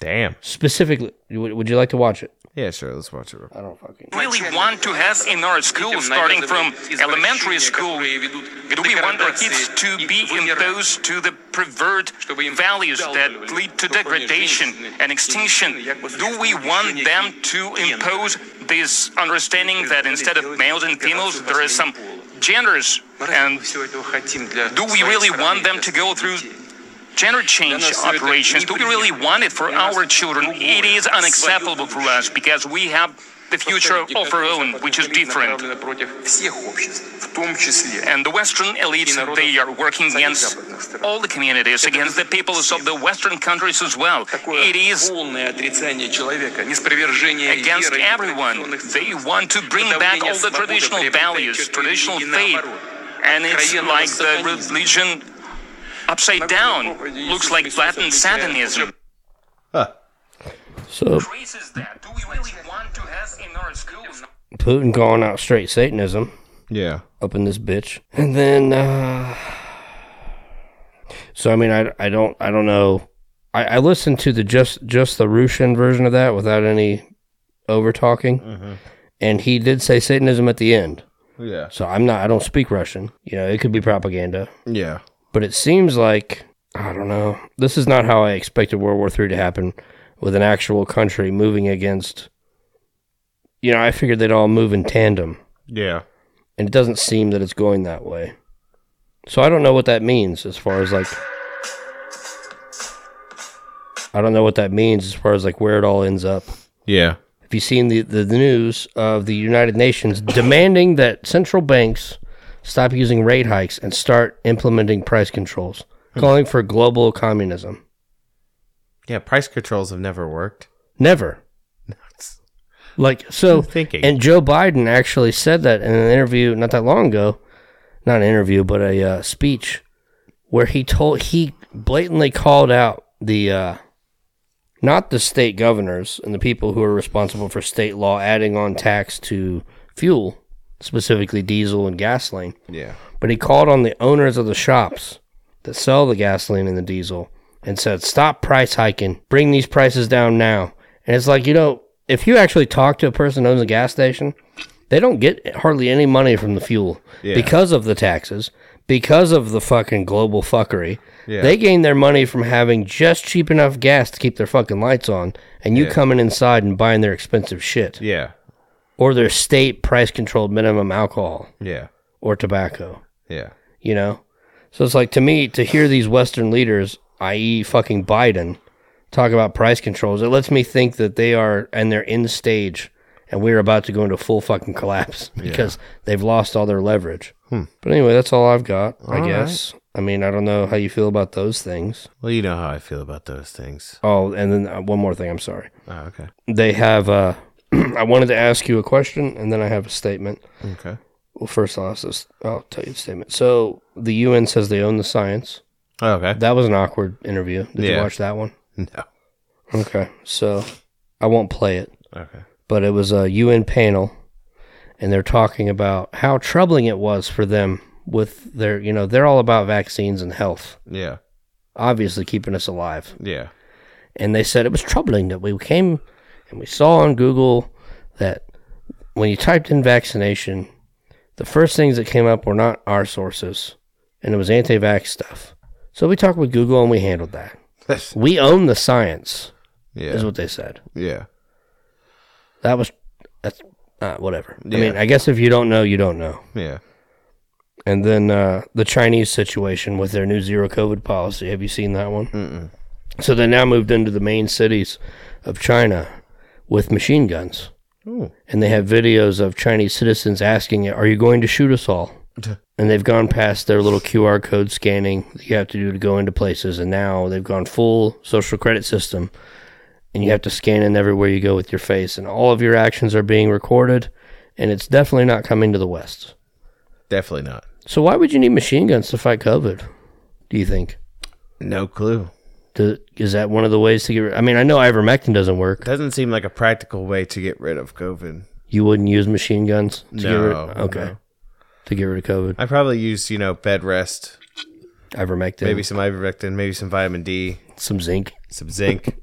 Speaker 3: Damn.
Speaker 2: specifically. Would, would you like to watch it?
Speaker 3: Yeah, sure. Let's watch it. real quick.
Speaker 2: I don't fucking.
Speaker 7: really want to have in our school, starting from elementary school? Do we want our kids to be imposed to the pervert values that lead to degradation and extinction? Do we want them to impose this understanding that instead of males and females, there is some genders? And do we really want them to go through gender change operations. Do we really want it for our children? It is unacceptable for us because we have the future of our own, which is different. And the Western elites, they are working against all the communities, against the peoples of the Western countries as well. It is against everyone. They want to bring back all the traditional values, traditional faith. And it's like the religion upside down. Looks like Latin Satanism.
Speaker 2: So
Speaker 7: Racist that. Do we really want to have in our schools?
Speaker 2: Putin going out straight Satanism
Speaker 3: Yeah.
Speaker 2: up in this bitch, and then. uh So I mean, I, I don't I don't know. I, I listened to the just just the Russian version of that without any over talking, and he did say Satanism at the end.
Speaker 3: Yeah.
Speaker 2: So I'm not I don't speak Russian. You know, it could be propaganda.
Speaker 3: Yeah.
Speaker 2: but it seems like I don't know. This is not how I expected World War III to happen, with an actual country moving against. You know, I figured they'd all move in tandem,
Speaker 3: Yeah.
Speaker 2: and it doesn't seem that it's going that way. So I don't know what that means as far as like. I don't know what that means as far as like where it all ends up.
Speaker 3: Yeah.
Speaker 2: Have you seen the, the news of the United Nations demanding that central banks stop using rate hikes and start implementing price controls, calling for global communism?
Speaker 3: Yeah. Price controls have never worked.
Speaker 2: Never. Like so
Speaker 3: thinking.
Speaker 2: and Joe Biden actually said that in an interview not that long ago, not an interview but a uh, speech where he told he blatantly called out the uh, not the state governors and the people who are responsible for state law adding on tax to fuel, specifically diesel and gasoline.
Speaker 3: Yeah.
Speaker 2: But he called on the owners of the shops that sell the gasoline and the diesel and said, Stop price hiking. Bring these prices down now. And it's like, you know, if you actually talk to a person who owns a gas station, they don't get hardly any money from the fuel
Speaker 3: Yeah.
Speaker 2: because of the taxes, because of the fucking global fuckery.
Speaker 3: Yeah.
Speaker 2: They gain their money from having just cheap enough gas to keep their fucking lights on, and you coming inside and buying their expensive shit
Speaker 3: Yeah.
Speaker 2: or their state price controlled minimum alcohol
Speaker 3: Yeah.
Speaker 2: or tobacco
Speaker 3: Yeah.
Speaker 2: you know so it's like to me to hear these western leaders i.e fucking biden talk about price controls it lets me think that they are and they're in stage and we're about to go into full fucking collapse because they've lost all their leverage but anyway that's all i've got i guess i mean i don't know how you feel about those things
Speaker 3: Well, you know how I feel about those things.
Speaker 2: oh and then uh, one more thing i'm sorry
Speaker 3: Oh, okay.
Speaker 2: they have uh i wanted to ask you a question and then i have a statement
Speaker 3: Okay.
Speaker 2: well first i'll ask this i'll tell you the statement so the un says they own the science
Speaker 3: Oh, Okay.
Speaker 2: That was an awkward interview. Did you
Speaker 3: Yeah.
Speaker 2: watch that one?
Speaker 3: No.
Speaker 2: Okay. So I won't play it,
Speaker 3: Okay.
Speaker 2: but it was a UN panel and they're talking about how troubling it was for them with their, you know, they're all about vaccines and health,
Speaker 3: Yeah.
Speaker 2: obviously keeping us alive.
Speaker 3: Yeah.
Speaker 2: And they said it was troubling that we came and we saw on Google that when you typed in vaccination, the first things that came up were not our sources and it was anti vax stuff. So we talked with Google and we handled that. We own the science, is
Speaker 3: yeah.
Speaker 2: what they said.
Speaker 3: Yeah.
Speaker 2: That was that's uh, whatever. I
Speaker 3: Yeah.
Speaker 2: mean, I guess if you don't know, you don't know.
Speaker 3: Yeah.
Speaker 2: And then uh, the Chinese situation with their new zero COVID policy. Have you seen that one? Mm-mm. So they now moved into the main cities of China with machine guns,
Speaker 3: Ooh.
Speaker 2: and they have videos of Chinese citizens asking, "Are you going to shoot us all?" And they've gone past their little QR code scanning that you have to do to go into places, and now they've gone full social credit system, and you have to scan in everywhere you go with your face, and all of your actions are being recorded, and it's definitely not coming to the West.
Speaker 3: Definitely not.
Speaker 2: So why would you need machine guns to fight COVID? Do you think?
Speaker 3: No clue.
Speaker 2: Do, is that one of the ways to get? rid- I mean, I know ivermectin doesn't work.
Speaker 3: Doesn't seem like a practical way to get rid of COVID.
Speaker 2: You wouldn't use machine guns to get rid.
Speaker 3: No,
Speaker 2: Okay,
Speaker 3: no.
Speaker 2: to get rid of COVID,
Speaker 3: I probably use, you know, bed rest,
Speaker 2: ivermectin,
Speaker 3: maybe some ivermectin, maybe some vitamin D,
Speaker 2: some zinc.
Speaker 3: some zinc.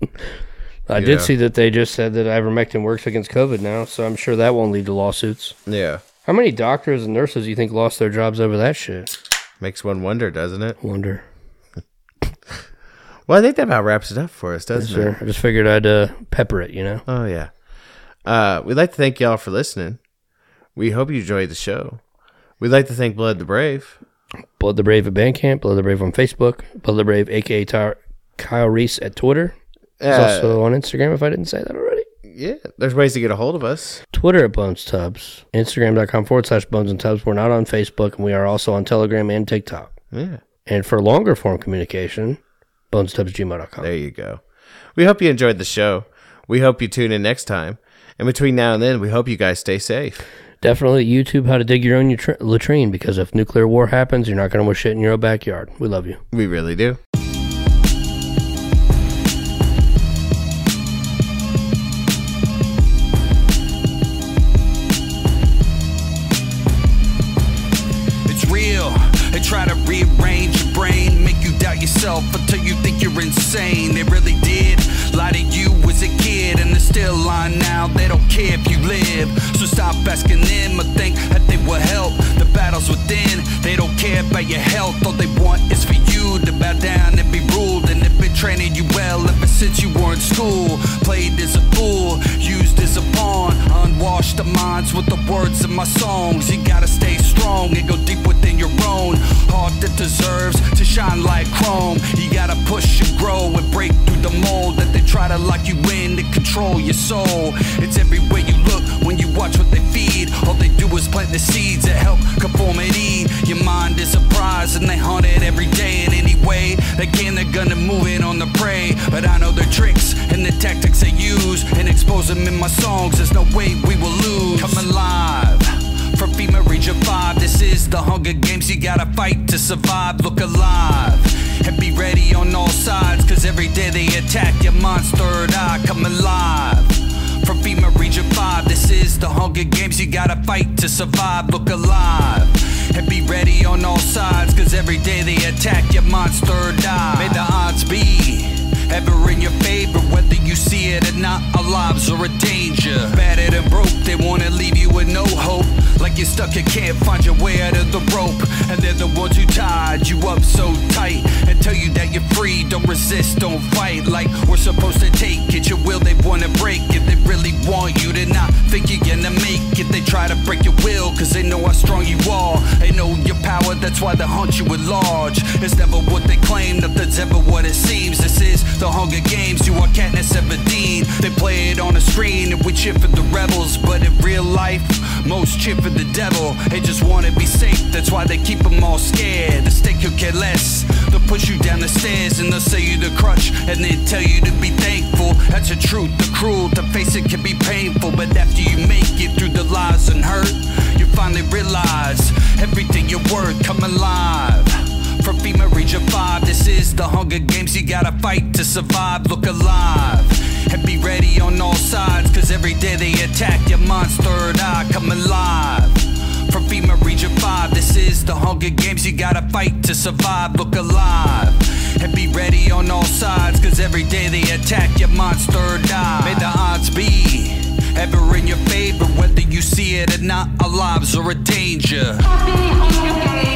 Speaker 2: I did
Speaker 3: Yeah.
Speaker 2: see that they just said that ivermectin works against COVID now, so I'm sure that won't lead to lawsuits.
Speaker 3: Yeah.
Speaker 2: How many doctors and nurses do you think lost their jobs over that shit?
Speaker 3: Makes one wonder, doesn't it?
Speaker 2: Wonder.
Speaker 3: Well, I think that about wraps it up for us, doesn't it?
Speaker 2: Sure. I just figured I'd uh, pepper it, you know?
Speaker 3: Oh yeah. Uh, we'd like to thank y'all for listening. We hope you enjoyed the show. We'd like to thank Blood the Brave.
Speaker 2: Blood the Brave at Bandcamp, Blood the Brave on Facebook, Blood the Brave, aka Ty- Kyle Reese at Twitter. He's
Speaker 3: Uh,
Speaker 2: also on Instagram, if I didn't say that already.
Speaker 3: Yeah, there's ways to get a hold of us.
Speaker 2: Twitter at Bones Tubs, Instagram.com forward slash Bones and Tubs. We're not on Facebook, and we are also on Telegram and TikTok.
Speaker 3: Yeah,
Speaker 2: And for longer form communication, BonesTubsGmail.com.
Speaker 3: there you go. We hope you enjoyed the show. We hope you tune in next time. And between now and then, we hope you guys stay safe.
Speaker 2: Definitely YouTube how to dig your own utr- latrine because if nuclear war happens, you're not going to want shit in your own backyard. We love you.
Speaker 3: We really do.
Speaker 1: It's real. They try to rearrange your brain, make you doubt yourself until you think you're insane. They really did lie to you as a kid, and they're still lying now. They don't care if you live. So stop asking them or think that they will help. The battle's within. They don't care about your health. All they want is for you to bow down and be ruled. And they've been training you well ever since you were in school. Played as a fool, used as a pawn. Unwashed the minds with the words of my songs. You gotta stay strong and go deep within your own heart that deserves to shine like chrome. You gotta push and grow and break through the mold that they try to lock you in to control your soul. It's everywhere you look when you watch what they feed. All they do is plant the seeds that help conformity. Your mind is a prize and they hunt it every day in any way they can. They're gonna move it on the prey, but I know their tricks and the tactics they use and expose them in my songs. There's no way we will lose. Come alive. From FEMA Region 5, this is the Hunger Games. You gotta fight to survive, look alive. And be ready on all sides, cause every day they attack your mind's third eye. Come alive. From FEMA Region 5, this is the Hunger Games. You gotta fight to survive, look alive. And be ready on all sides, cause every day they attack your mind's third eye. May the odds be ever in your favor, whether you see it or not. Our lives are a danger. Battered and broke, they wanna leave you with no hope. Like you're stuck and can't find your way out of the rope. And they're the ones who tied you up so tight and tell you that you're free. Don't resist, don't fight. Like we're supposed to take it. Your will they wanna break if they really want you to not think you're gonna make it. They try to break your will, cause they know how strong you are. They know your power, that's why they hunt you at large. It's never what they claim, nothing's ever what it seems. This is the Hunger Games, you are Katniss Everdeen. They play it on a screen and we cheer for the rebels, but in real life, most cheer for the devil. They just wanna be safe, that's why they keep them all scared. The stake could care less. They'll push you down the stairs and they'll sell you the crutch and then tell you to be thankful. That's the truth, the cruel, to face it can be painful, but after you make it through the lies and hurt, you finally realize everything you're worth come alive. From FEMA Region 5, this is the Hunger Games. You gotta fight to survive, look alive. And be ready on all sides, cause every day they attack your mind's third eye, come alive. From FEMA Region 5, this is the Hunger Games. You gotta fight to survive, look alive. And be ready on all sides, cause every day they attack your mind's third eye. May the odds be ever in your favor, whether you see it or not, our lives are a danger.
Speaker 8: Happy Hunger Games.